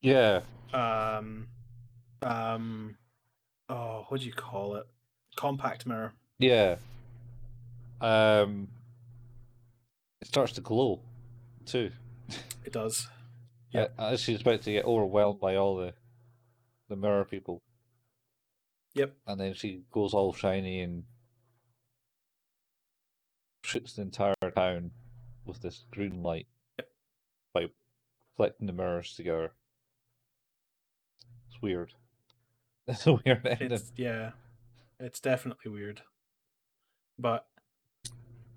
S1: Yeah,
S2: Um, um, oh, what do you call it? Compact mirror.
S1: yeah. Um, it starts to glow, too.
S2: It does.
S1: Yeah,
S2: Yep.
S1: Uh, as she's about to get overwhelmed by all the the mirror people.
S2: Yep.
S1: and then she goes all shiny and shoots the entire town with this green light by flicking the mirrors together. It's weird. It's a weird ending.
S2: It's yeah, it's definitely weird. But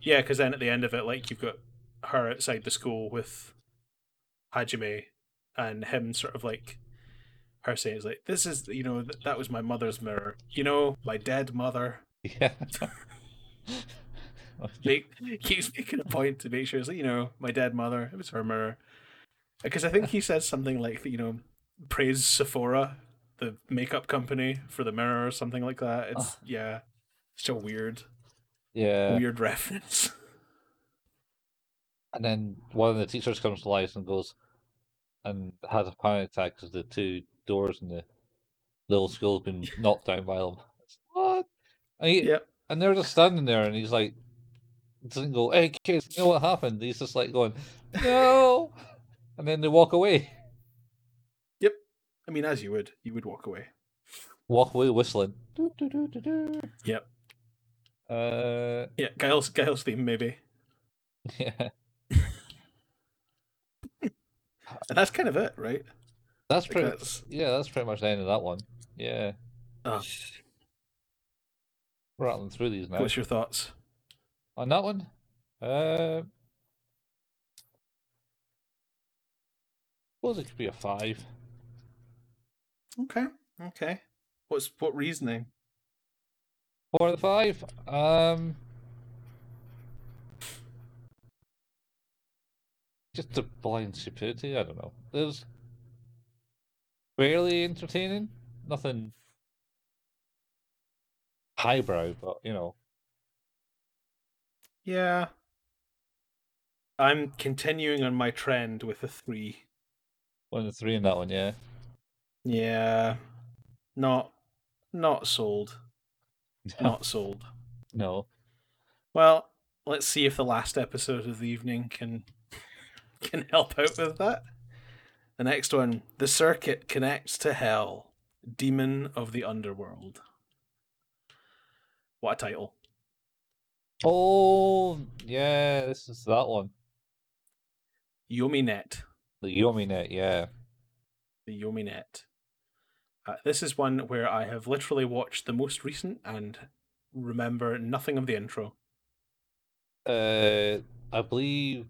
S2: yeah, because then at the end of it, like you've got her outside the school with Hajime and him sort of like her saying it's like this is you know th- that was my mother's mirror you know my dead mother
S1: Yeah.
S2: make, keeps making a point to make sure it's like, you know my dead mother it was her mirror because i think he says something like you know praise sephora the makeup company for the mirror or something like that it's yeah so weird
S1: yeah.
S2: weird reference
S1: And then one of the teachers comes to life and goes and has a panic attack because the two doors in the little school have been knocked down by them. What? And, he,
S2: Yep.
S1: and they're just standing there, and he's like, doesn't go, hey kids, you know what happened? He's just like going, no. and then they walk away,
S2: i mean as you would you would walk away
S1: walk away whistling. Doo, doo, doo, doo, doo.
S2: Yep.
S1: Uh,
S2: yeah giles giles theme maybe
S1: yeah,
S2: and that's kind of it right
S1: that's
S2: Like,
S1: pretty.
S2: that's-
S1: Yeah, that's pretty much the end of that one. Yeah,
S2: oh,
S1: rattling through these now.
S2: what's your thoughts
S1: on that one. Uh, suppose it could be a five.
S2: okay okay what's what reasoning
S1: Four out of five. Um, just the blind stupidity. I don't know. It was fairly entertaining. Nothing highbrow, but you know,
S2: Yeah. I'm continuing on my trend with a three.
S1: one of three in that one. Yeah.
S2: Yeah. Not not sold.
S1: No.
S2: Not sold.
S1: no.
S2: Well, let's see if the last episode of the evening can can help out with that. The next one, The Circuit Connects to Hell, Demon of the Underworld. What a title.
S1: Oh yeah, this is that one.
S2: Yomi Net.
S1: The Yomi Net. Yeah.
S2: the Yomi Net. Uh, this is one where I have literally watched the most recent and remember nothing of the intro.
S1: Uh, I believe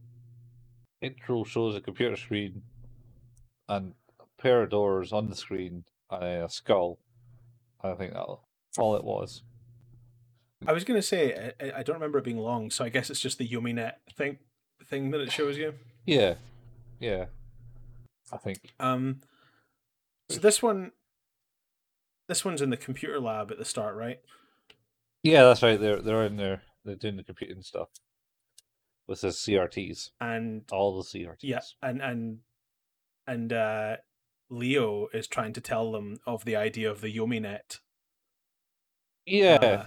S1: intro shows a computer screen and a pair of doors on the screen and then a skull. I think that's all it was.
S2: I was going to say I- I, I don't remember it being long, so I guess it's just the Yomi Net thing thing that it shows you.
S1: Yeah, yeah. I think
S2: Um, so this one, this one's in the computer lab at the start, right?
S1: yeah, that's right. They're they're in there. They're doing the computing stuff with the CRTs.
S2: And
S1: All the CRTs.
S2: yeah, and and and uh, Leo is trying to tell them of the idea of the Yomi Net.
S1: Yeah.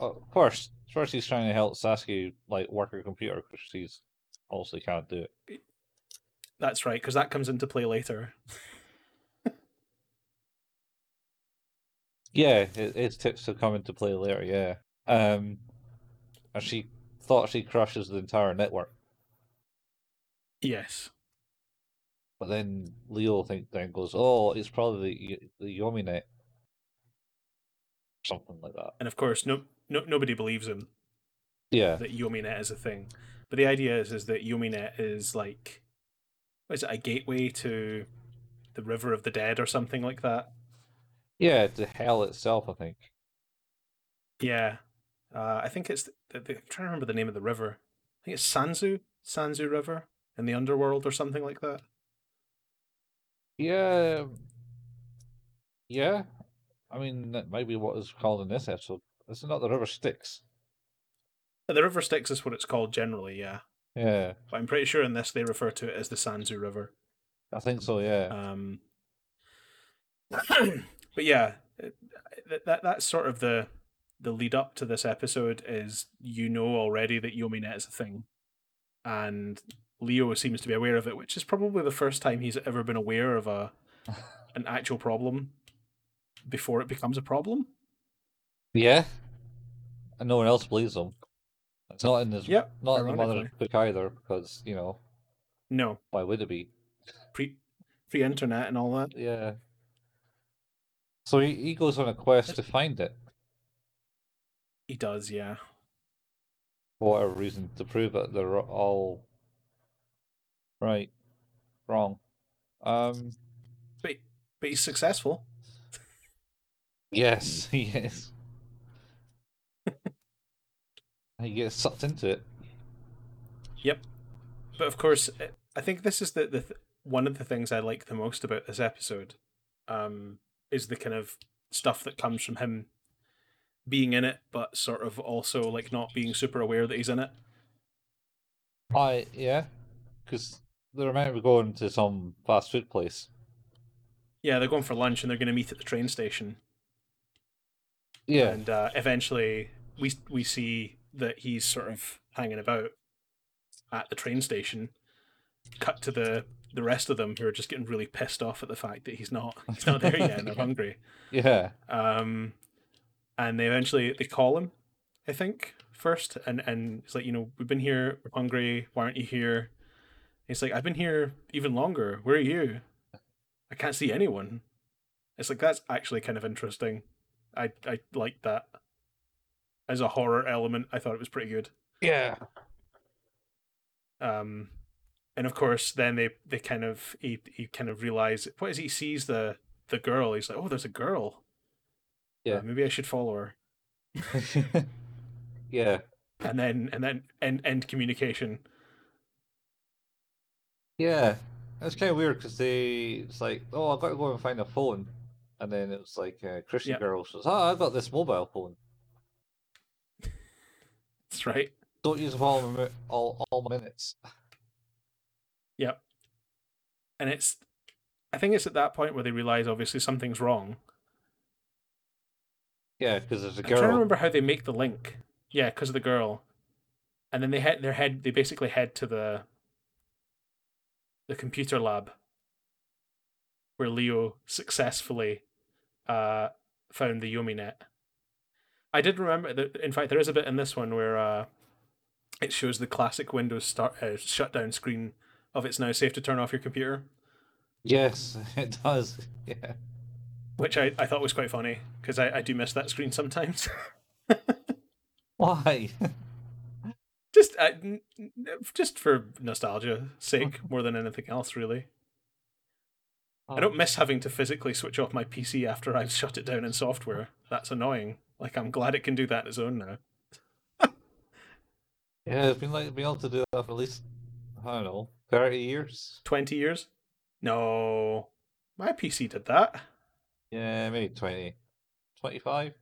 S2: uh,
S1: Of course. First, he's trying to help Sasuke like work her computer because she's obviously can't do it.
S2: That's right, because that comes into play later.
S1: Yeah, it, it's tips to come into play later. Yeah, um, and she thought she crushes the entire network,
S2: Yes.
S1: but then Leo think then goes, "Oh, it's probably the Y- the Yomi net, something like that."
S2: and of course no, no nobody believes him
S1: Yeah,
S2: that yominet is a thing but the idea is is that yominet is like what is it a gateway to the river of the dead or something like that
S1: yeah, to hell itself, I think.
S2: yeah uh, i think it's the, the, i'm trying to remember the name of the river i think it's sanzu sanzu river in the underworld or something like that
S1: Yeah. um, Yeah. I mean, that might be what it's called in this episode. It's not the River Styx.
S2: The River Styx is what it's called generally, yeah.
S1: Yeah.
S2: But I'm pretty sure in this they refer to it as the Sanzu River.
S1: I think so, yeah.
S2: Um, but yeah, it- that, that that's sort of the the lead up to this episode is you know already that YomiNet is a thing, and Leo seems to be aware of it, which is probably the first time he's ever been aware of a an actual problem before it becomes a problem.
S1: yeah. And no one else believes him. It's not in his
S2: Yep,
S1: not in the mother
S2: ironically.
S1: book either, because, you know,
S2: No,
S1: why would it be?
S2: pre pre internet and all that.
S1: Yeah. So he, he goes on a quest to find it
S2: He does, yeah.
S1: for whatever reason to prove that they're all right, wrong. Um
S2: But but he's successful.
S1: Yes, he is. he gets sucked into it.
S2: But of course, I- I think this is the, the th- one of the things I like the most about this episode um, is the kind of stuff that comes from him being in it, but sort of also like not being super aware that he's in it.
S1: I yeah, because they remember going to some fast food place.
S2: Yeah, they're going for lunch and they're going to meet at the train station,
S1: Yeah,
S2: and uh, eventually we we see that he's sort of hanging about at the train station. Cut to the the rest of them who are just getting really pissed off at the fact that he's not he's not there yet and they're hungry.
S1: yeah,
S2: um, and they eventually they call him, I think first, and and it's like you know we've been here, we're hungry, why aren't you here? And he's like I've been here even longer. Where are you? I can't see anyone. It's like that's actually kind of interesting. I I liked that as a horror element. I thought it was pretty good.
S1: yeah.
S2: Um, and of course, then they they kind of he, he kind of realize what is it? he sees the the girl. He's like, oh, there's a girl. Uh,
S1: Yeah.
S2: maybe I should follow her.
S1: yeah,
S2: and then and then end end communication.
S1: yeah. That's kind of weird because they it's like, oh, I've got to go and find a phone, and then it was like uh, Christian
S2: Yeah.
S1: girl says, oh, I've got this mobile phone.
S2: That's right.
S1: Don't use it for all my, mi- all all my minutes.
S2: Yep. And it's, I think it's at that point where they realize obviously something's wrong.
S1: Yeah, because there's a
S2: I'm trying to
S1: girl.
S2: remember how they make the link. Yeah, because of the girl, and then they head their head. They basically head to the the computer lab where Leo successfully uh, found the Yomi net. I did remember that. In fact, there is a bit in this one where uh, it shows the classic Windows start uh, shutdown screen of it's now safe to turn off your computer,
S1: Yes, it does. Yeah.
S2: which I, I thought was quite funny because I, I do miss that screen sometimes.
S1: Why?
S2: just uh, n- n- just for nostalgia sake more than anything else really
S1: Oh,
S2: i don't miss having to physically switch off my pc after i've shut it down in software that's annoying like i'm glad it can do that on its own now
S1: Yeah, it's been like been able to do that for at least I don't know thirty years.
S2: 20 years no my pc did that
S1: Yeah, maybe 20. 25?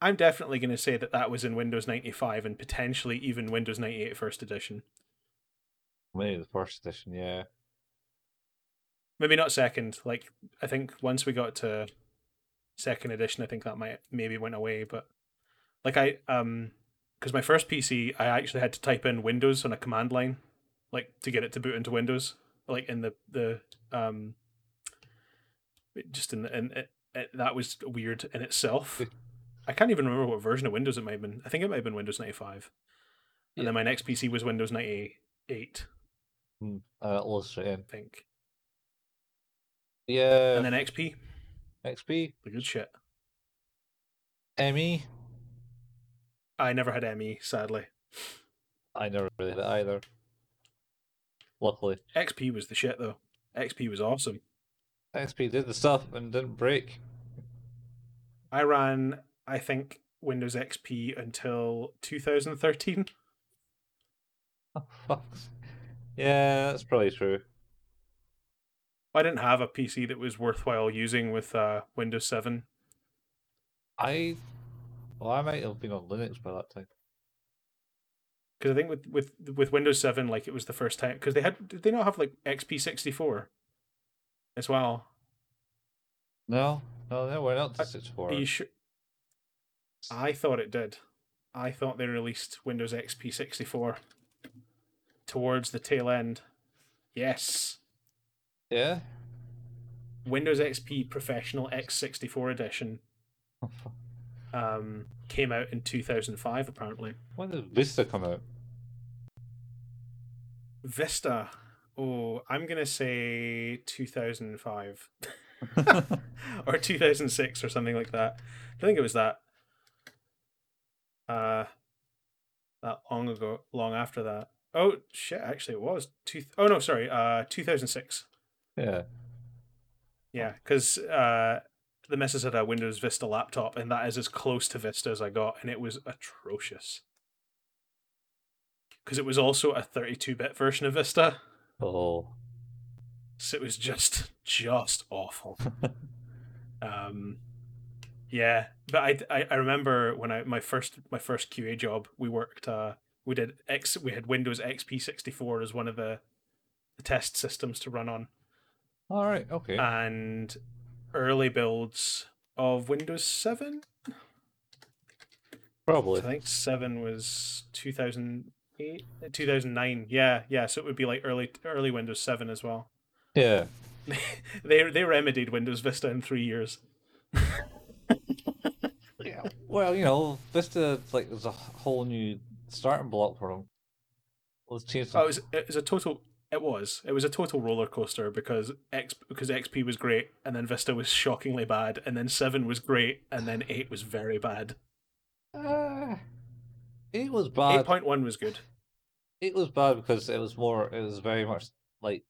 S2: i'm definitely going to say that that was in windows 95 and potentially even windows 98 first edition
S1: Maybe the first edition. Yeah,
S2: maybe not second like i think once we got to second edition i think that might maybe went away but like i um because my first pc i actually had to type in windows on a command line like to get it to boot into windows like in the the um just in the in it, it, that was weird in itself i can't even remember what version of windows it might have been i think it might have been windows 95 and then my next pc was windows 98
S1: Mm, uh, illustrating.
S2: i think
S1: Yeah,
S2: and then xp
S1: XP,
S2: the good shit
S1: ME.
S2: I never had ME, sadly.
S1: I never really had it either. Luckily,
S2: XP was the shit though. XP was awesome.
S1: XP did the stuff and didn't break.
S2: I ran, I think, Windows XP until 2013.
S1: Oh, fuck. Yeah, that's probably true.
S2: I didn't have a PC that was worthwhile using with uh, Windows Seven.
S1: I well, I might have been on Linux by that time.
S2: because I think with with with Windows Seven, like it was the first time because they had did they not have like XP sixty four as well?
S1: No, no, they went out to
S2: Uh,
S1: six
S2: Are
S1: four.
S2: you sure? I thought it did. I thought they released Windows XP sixty four towards the tail end. Yes,
S1: Yeah.
S2: Windows XP Professional X sixty four edition
S1: Oh,
S2: um, came out in two thousand five. Apparently,
S1: When did Vista come out?
S2: Vista. Oh, I'm gonna say two thousand five. or 2006 or something like that. I think it was that. Uh, that long ago, long after that. Oh shit! Actually, it was two. Oh no, sorry. Uh, 2006.
S1: yeah.
S2: Yeah, because uh, the missus had a Windows Vista laptop, and that is as close to Vista as I got, and it was atrocious. Because it was also a 32-bit version of Vista,
S1: Oh.
S2: so it was just just awful. Um, yeah, but I, I I remember when I my first my first QA job we worked uh we did X we had Windows XP sixty four as one of the, the test systems to run on
S1: All right. Okay.
S2: Uh, and early builds of Windows seven.
S1: Probably.
S2: I think seven was two thousand eight uh, two thousand nine. Yeah, yeah. So it would be like early early Windows seven as well.
S1: Yeah.
S2: they they remedied Windows Vista in three years.
S1: Yeah. Well, you know, Vista like there's a whole new starting block for them. Let's change.
S2: Oh,
S1: some-
S2: it was, it was a total. It was. It was a total roller coaster because X because XP was great, and then Vista was shockingly bad, and then Seven was great, and then Eight was very bad.
S1: Ah, it was
S2: Eight
S1: bad.
S2: point one was good.
S1: It was bad because it was more. It was very much like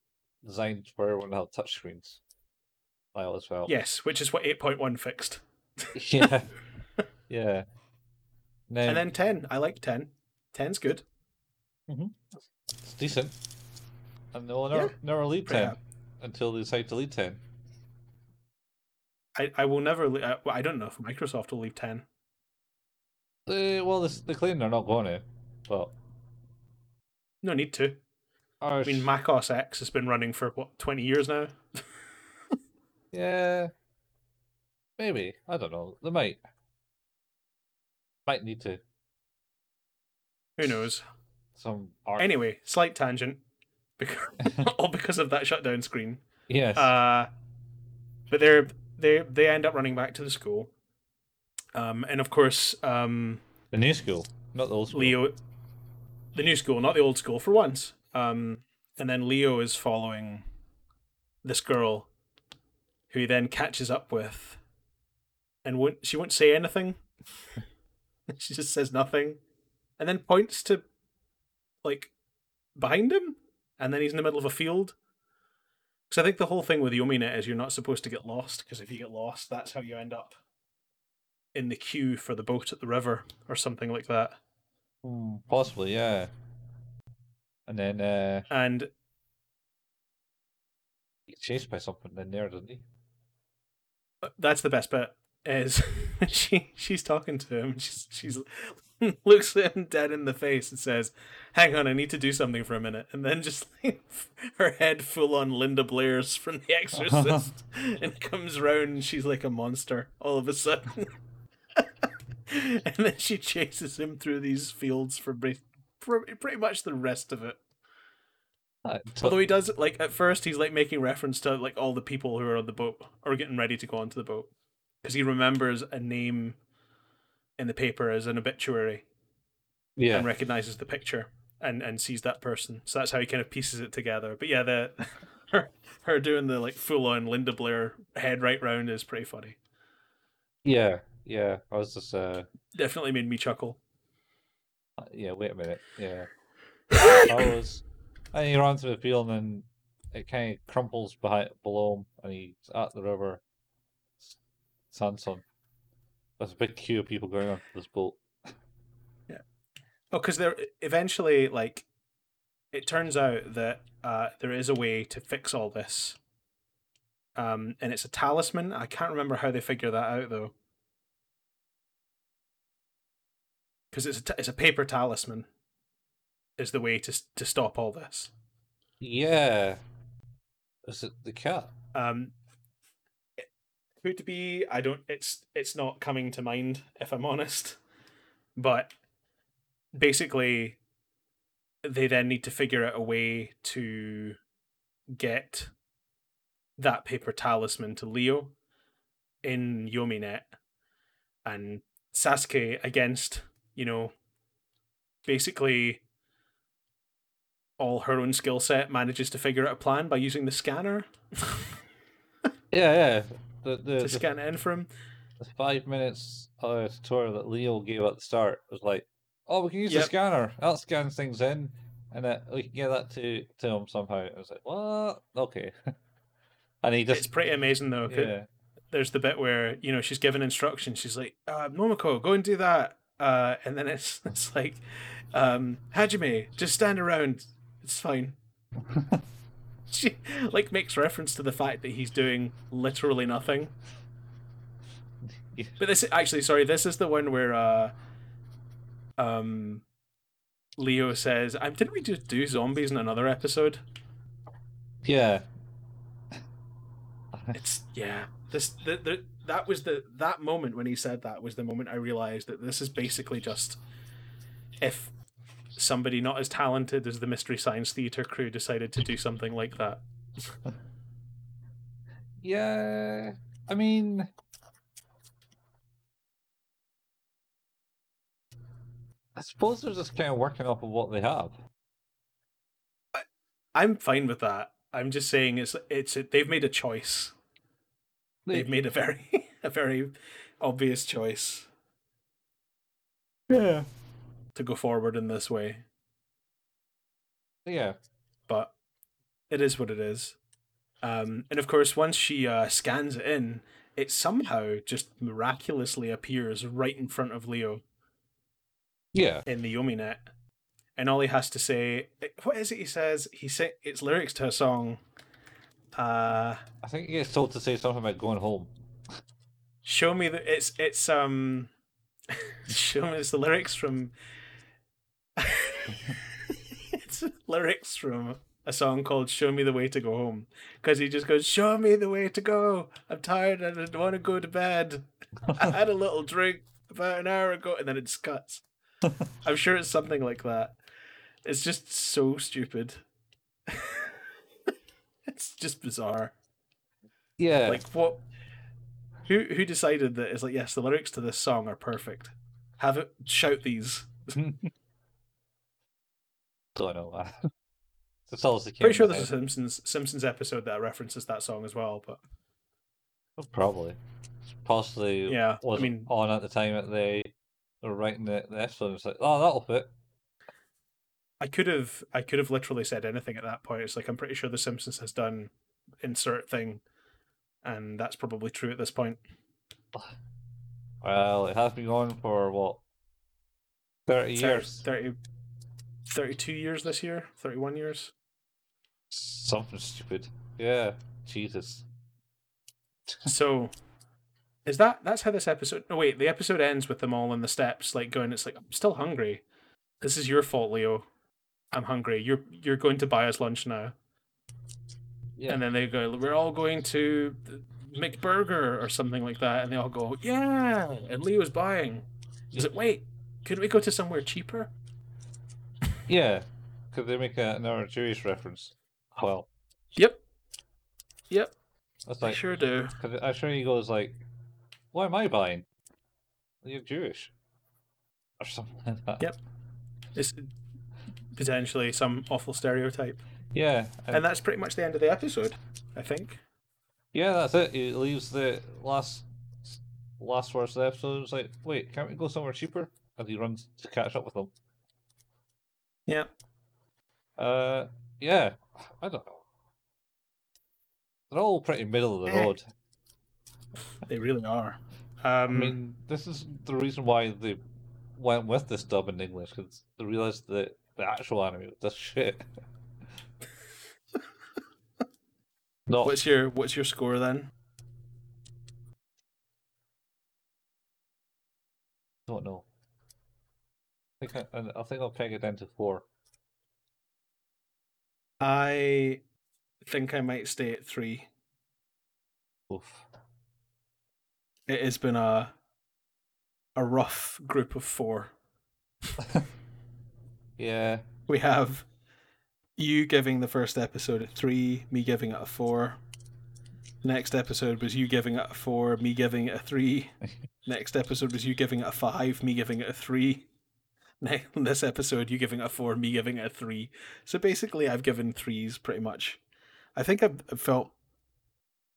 S1: designed for everyone to have touchscreens. I always felt.
S2: Yes, which is what eight point one fixed.
S1: yeah. yeah. Now,
S2: And then ten. I like ten. 10's good.
S1: it's decent. And they'll never,
S2: Yeah.
S1: never lead
S2: Pretty
S1: 10 until they decide to lead 10.
S2: I, I will never. le- I, well, I don't know if Microsoft will leave ten.
S1: They, well, they, s- they claim they're not going to, but.
S2: No need to. I mean, Mac OS X has been running for what twenty years now.
S1: yeah. Maybe. I don't know. They might. Might need to.
S2: Who knows?
S1: Some art.
S2: Anyway, slight tangent, because all because of that shutdown screen.
S1: Yes.
S2: Uh, but they're they they end up running back to the school, um, and of course um,
S1: the new school, not the old school.
S2: Leo, the new school, not the old school, for once. Um, and then Leo is following this girl, who he then catches up with, and won't she won't say anything. she just says nothing, and then points to, like, behind him, and then he's in the middle of a field. Because I think the whole thing with Yominet is you're not supposed to get lost. Because if you get lost, that's how you end up in the queue for the boat at the river or something like that.
S1: Hmm, Possibly, yeah. And then uh,
S2: And
S1: he gets chased by something in there, doesn't he?
S2: uh, that's the best bit is she she's talking to him. She's she's looks at him dead in the face and says, "Hang on, I need to do something for a minute." And then just like her head full on Linda Blair's from The Exorcist, and comes round and she's like a monster all of a sudden. and then she chases him through these fields for bas- for pretty much the rest of it.
S1: Ah, to-
S2: Although he does like at first he's like making reference to like all the people who are on the boat or getting ready to go onto the boat because he remembers a name in the paper as an obituary
S1: yeah.
S2: and recognizes the picture and and sees that person. So that's how he kind of pieces it together. But yeah, the her, her doing the like full on Linda Blair head right round is pretty funny.
S1: Yeah, yeah. I was just, uh,
S2: Definitely made me chuckle.
S1: uh, yeah. Wait a minute. Yeah, I was. And he runs through the field, and then it kind of crumples behind below him, and he's at the river. S- Sanson. There's a big queue of people going onto this boat.
S2: Oh, because there eventually, like, it turns out that uh, there is a way to fix all this, um, and it's a talisman. I can't remember how they figure that out though, because it's a t- it's a paper talisman, is the way to s- to stop all this.
S1: Yeah. Is it the cat?
S2: Um, it could be. I don't. It's it's not coming to mind if I'm honest, but basically, they then need to figure out a way to get that paper talisman to Leo in Yominet, and Sasuke against you know basically all her own skill set manages to figure out a plan by using the scanner
S1: Yeah, yeah. The the,
S2: to
S1: the,
S2: scan it in for him.
S1: the five minutes uh, tutorial that Leo gave at the start was like, "Oh, we can use the
S2: Yep.
S1: scanner. That scans things in, and uh, we can get that to to him somehow." I was like, "What? Okay." and he
S2: it's
S1: just
S2: pretty amazing though. 'cause
S1: yeah,
S2: There's the bit where you know she's given instructions. She's like, uh, "Momoko, go and do that," uh, and then it's it's like, um, "Hajime, just stand around. It's fine." she like makes reference to the fact that he's doing literally nothing.
S1: Yeah.
S2: But this actually, sorry, this is the one where uh, um, Leo says, "Um, didn't we just do zombies in another episode?"
S1: yeah.
S2: it's yeah this the, the, that was the that moment when he said that was the moment i realized that this is basically just if somebody not as talented as the mystery science theater crew decided to do something like that
S1: Yeah, I mean, I suppose they're just kind of working off of what they have.
S2: i'm fine with that i'm just saying it's it's they've made a choice they've made a very a very obvious choice
S1: yeah,
S2: to go forward in this way
S1: yeah,
S2: but it is what it is. Um, and of course, once she uh, scans it in, it somehow just miraculously appears right in front of Leo
S1: yeah.
S2: in the Yomi net. And all he has to say, what is it he says? He say it's lyrics to a song. Uh,
S1: I think he gets told to say something about going home.
S2: show me the it's it's um, show me it's the lyrics from. it's lyrics from a song called "Show Me the Way to Go Home" because he just goes, "Show me the way to go. I'm tired and I don't want to go to bed. I had a little drink about an hour ago, and then it just cuts." I'm sure it's something like that. It's just so stupid. it's just bizarre.
S1: Yeah,
S2: Like what? Who who decided that? It's like yes, the lyrics to this song are perfect. Have it shout these.
S1: don't know. uh, man. That's all the
S2: Pretty sure there's a Simpsons Simpsons episode that references that song as well. But
S1: Oh, probably, possibly.
S2: yeah, I
S1: was
S2: mean,
S1: on at the time that they were writing the, the episode. It's like, oh, that'll fit.
S2: I could have I could have literally said anything at that point. It's like I'm pretty sure the Simpsons has done insert thing, and that's probably true at this point.
S1: Well, it has been on for what thirty
S2: Thir-
S1: years,
S2: 30, 32 years this year, thirty one years.
S1: something stupid. Yeah, Jesus.
S2: so is that that's how this episode no wait the episode ends with them all in the steps like going it's like i'm still hungry this is your fault leo i'm hungry you're you're going to buy us lunch now
S1: Yeah.
S2: and then they go we're all going to mcburger or something like that and they all go yeah and leo's buying is it wait could we go to somewhere cheaper
S1: Yeah, could they make a, another Jewish reference? Well,
S2: yep yep
S1: that's
S2: i
S1: like
S2: sure do
S1: Cause I'm sure he goes like, "Why am I buying? You're Jewish, or something like that."
S2: Yep. it's potentially some awful stereotype
S1: Yeah, and,
S2: and that's pretty much the end of the episode i think
S1: yeah, that's it. He leaves the last last words of the episode. It's like, "Wait, can't we go somewhere cheaper?" And he runs to catch up with them.
S2: Yeah.
S1: Uh, yeah, I don't know. They're all pretty middle of the
S2: Eh.
S1: road.
S2: They really are. Um,
S1: I mean, this is the reason why they went with this dub in English because they realized that the actual anime was just shit. No,
S2: What's your What's your score then?
S1: don't know. I think I, I- I think I'll peg it down to four.
S2: I think I might stay at three.
S1: Oof.
S2: It has been a a rough group of four.
S1: Yeah.
S2: We have you giving the first episode a three, me giving it a four. Next episode was you giving it a four, me giving it a three. Next episode was you giving it a five, me giving it a three. Ne- This episode, you giving it a four, me giving it a three. So basically, I've given threes pretty much. I think I've I've felt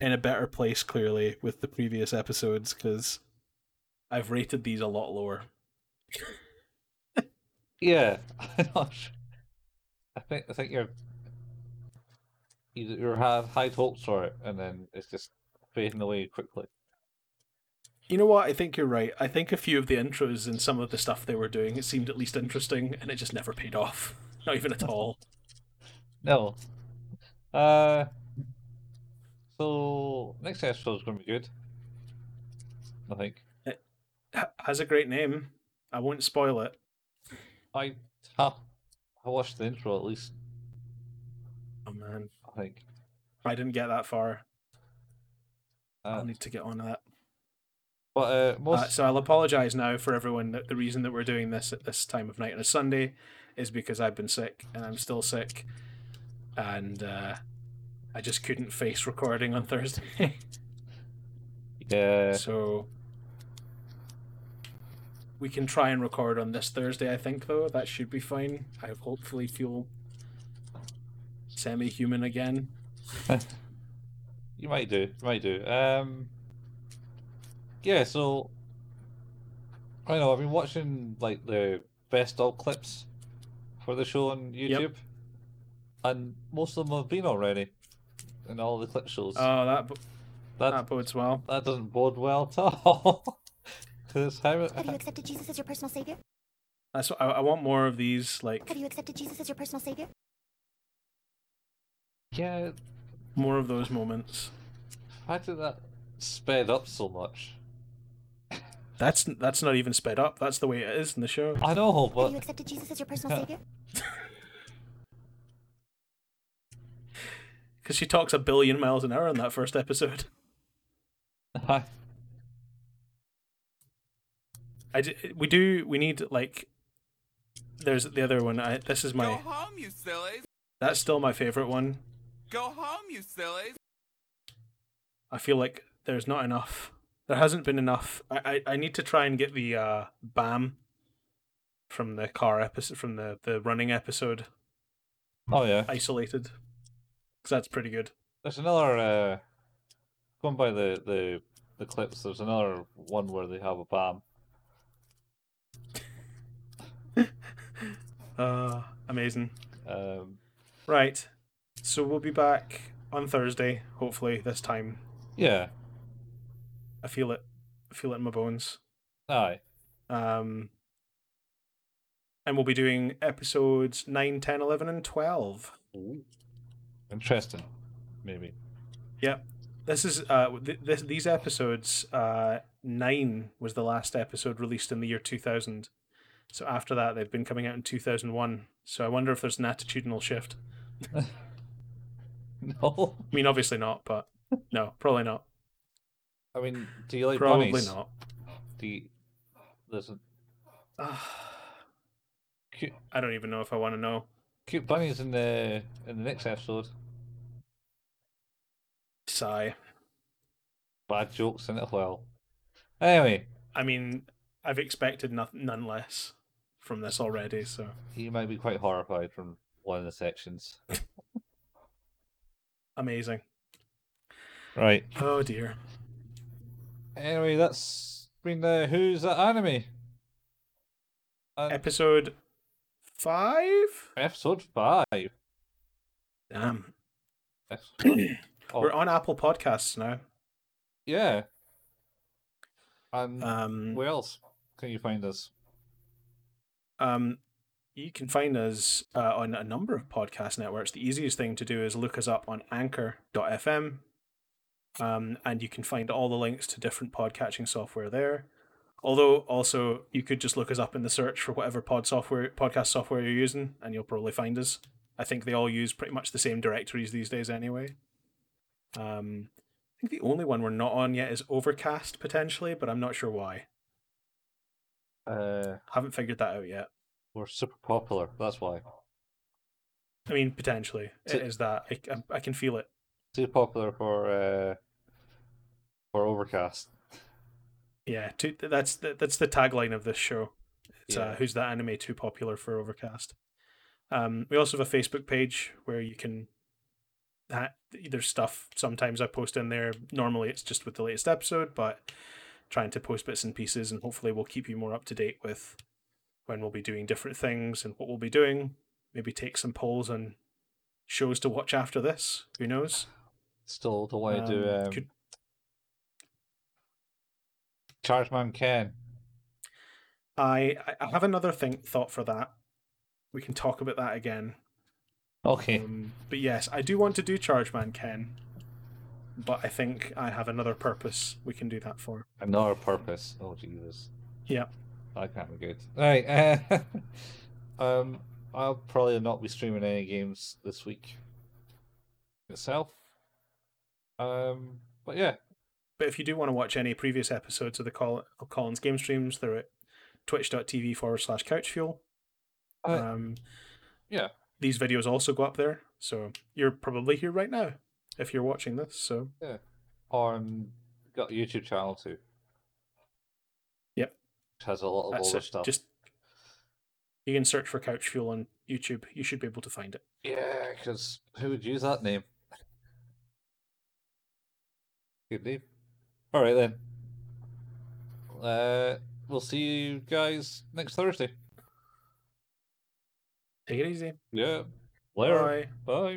S2: in a better place clearly with the previous episodes because I've rated these a lot lower.
S1: Yeah. I'm not su- I think I think you're you you have high hopes for it, and then it's just fading away quickly.
S2: You know what? I think you're right. I think a few of the intros and some of the stuff they were doing, it seemed at least interesting, and it just never paid off. Not even at all.
S1: No. Uh. So next episode's gonna be good. I think
S2: H- has a great name. I won't spoil it.
S1: I ha I watched the intro at least.
S2: Oh man,
S1: I think.
S2: I didn't get that far.
S1: Uh,
S2: I'll need to get on that.
S1: but uh, most
S2: Uh, so I'll apologize now for everyone that the reason that we're doing this at this time of night on a Sunday is because I've been sick and I'm still sick, and uh, I just couldn't face recording on Thursday.
S1: yeah.
S2: So we can try and record on this Thursday, I think, though. That should be fine. I hopefully feel semi human again.
S1: You might do, you might do. Um, yeah. So I don't know. I've been watching like the best all clips for the show on YouTube, and most of them have been already in all the clip shows.
S2: Oh, that, bo-
S1: that
S2: that bodes well.
S1: that doesn't bode well at all. Because how
S3: Have you accepted Jesus as your personal savior?
S2: That's what, I, I want more of these, like,
S3: Have you accepted Jesus as your personal savior?
S1: yeah,
S2: more of those moments.
S1: how did that sped up so much?
S2: That's that's not even sped up. That's the way it is in the show.
S1: I know,
S3: Have you
S1: but
S3: accepted Jesus as your personal savior?
S2: Because she talks a billion miles an hour in that first episode. I d- we do we need like there's the other one. I, this is
S4: Go
S2: my
S4: home, you sillies!
S2: that's still my favorite one.
S4: Go home, you sillies!
S2: I feel like there's not enough. There hasn't been enough. I, I, I need to try and get the uh, BAM from the car episode, from the, the running episode,
S1: oh yeah.
S2: isolated. Because that's pretty good.
S1: There's another uh, going by the, the the clips. There's another one where they have a bomb.
S2: Uh, amazing.
S1: Um,
S2: Right. So we'll be back on Thursday, hopefully, this time.
S1: yeah,
S2: I feel it. I feel it in my bones.
S1: aye,
S2: Um, and we'll be doing episodes 9, 10, 11, and 12.
S1: interesting, maybe.
S2: This is uh th- this, these episodes uh nine was the last episode released in the year two thousand, so after that they've been coming out in two thousand one. So I wonder if there's an attitudinal shift.
S1: No,
S2: I mean, obviously not, but no, probably not.
S1: I mean, do you like
S2: probably
S1: bunnies?
S2: not.
S1: Do you... Listen, cute,
S2: I don't even know if I want to know.
S1: cute bunnies in the in the next episode.
S2: Sigh.
S1: Bad jokes in it. Well, anyway,
S2: I mean, I've expected noth- none less from this already. So
S1: you might be quite horrified from one of the sections.
S2: amazing.
S1: Right.
S2: Oh dear.
S1: Anyway, that's been the Who's That Anime? And
S2: Episode five.
S1: episode five.
S2: Damn.
S1: Excellent. Oh,
S2: We're on Apple Podcasts now.
S1: yeah. And
S2: Um,
S1: Mm. where else can you find us?
S2: um, You can find us uh, on a number of podcast networks. The easiest thing to do is look us up on anchor.fm. Um, and you can find all the links to different podcatching software there. Although, also, you could just look us up in the search for whatever pod software, podcast software you're using, and you'll probably find us. I think they all use pretty much the same directories these days, anyway. Um, I think the only one we're not on yet is Overcast, potentially, but I'm not sure why.
S1: Uh,
S2: Haven't figured that out yet.
S1: we're super popular. That's why.
S2: I mean, potentially
S1: So-
S2: it is that. I, I, I can feel it.
S1: Too popular for uh, for Overcast.
S2: Yeah, too, that's the, that's the tagline of this show. It's uh,
S1: Yeah.
S2: who's that anime too popular for Overcast? Um, we also have a Facebook page where you can. That there's stuff sometimes I post in there. Normally it's just with the latest episode, but trying to post bits and pieces, and hopefully we'll keep you more up to date with when we'll be doing different things and what we'll be doing. Maybe take some polls on shows to watch after this. Who knows?
S1: Still don't want to do
S2: Um,
S1: um,
S2: could-
S1: Chargeman Ken.
S2: I I- I have another thing thought for that. We can talk about that again.
S1: Okay.
S2: Um, but yes, I do want to do Chargeman Ken. But I think I have another purpose we can do that for.
S1: Another purpose. Oh Jesus.
S2: Yep.
S1: That can't be good. Right. Uh, um, I'll probably not be streaming any games this week itself. Um, but yeah,
S2: But if you do want to watch any previous episodes of the Col- of Collins game streams, they're at twitch.tv forward slash couchfuel.
S1: Uh,
S2: um,
S1: yeah.
S2: These videos also go up there. So you're probably here right now if you're watching this. So
S1: on um, got a YouTube channel too.
S2: Yep.
S1: Which has a lot of
S2: that's
S1: older
S2: it.
S1: stuff.
S2: Just you can search for Couch Fuel on YouTube. You should be able to find it.
S1: Yeah, because who would use that name? Good name. All right then. Uh, we'll see you guys next Thursday.
S2: Take it easy.
S1: Yeah. Later.
S2: Bye.
S1: Bye.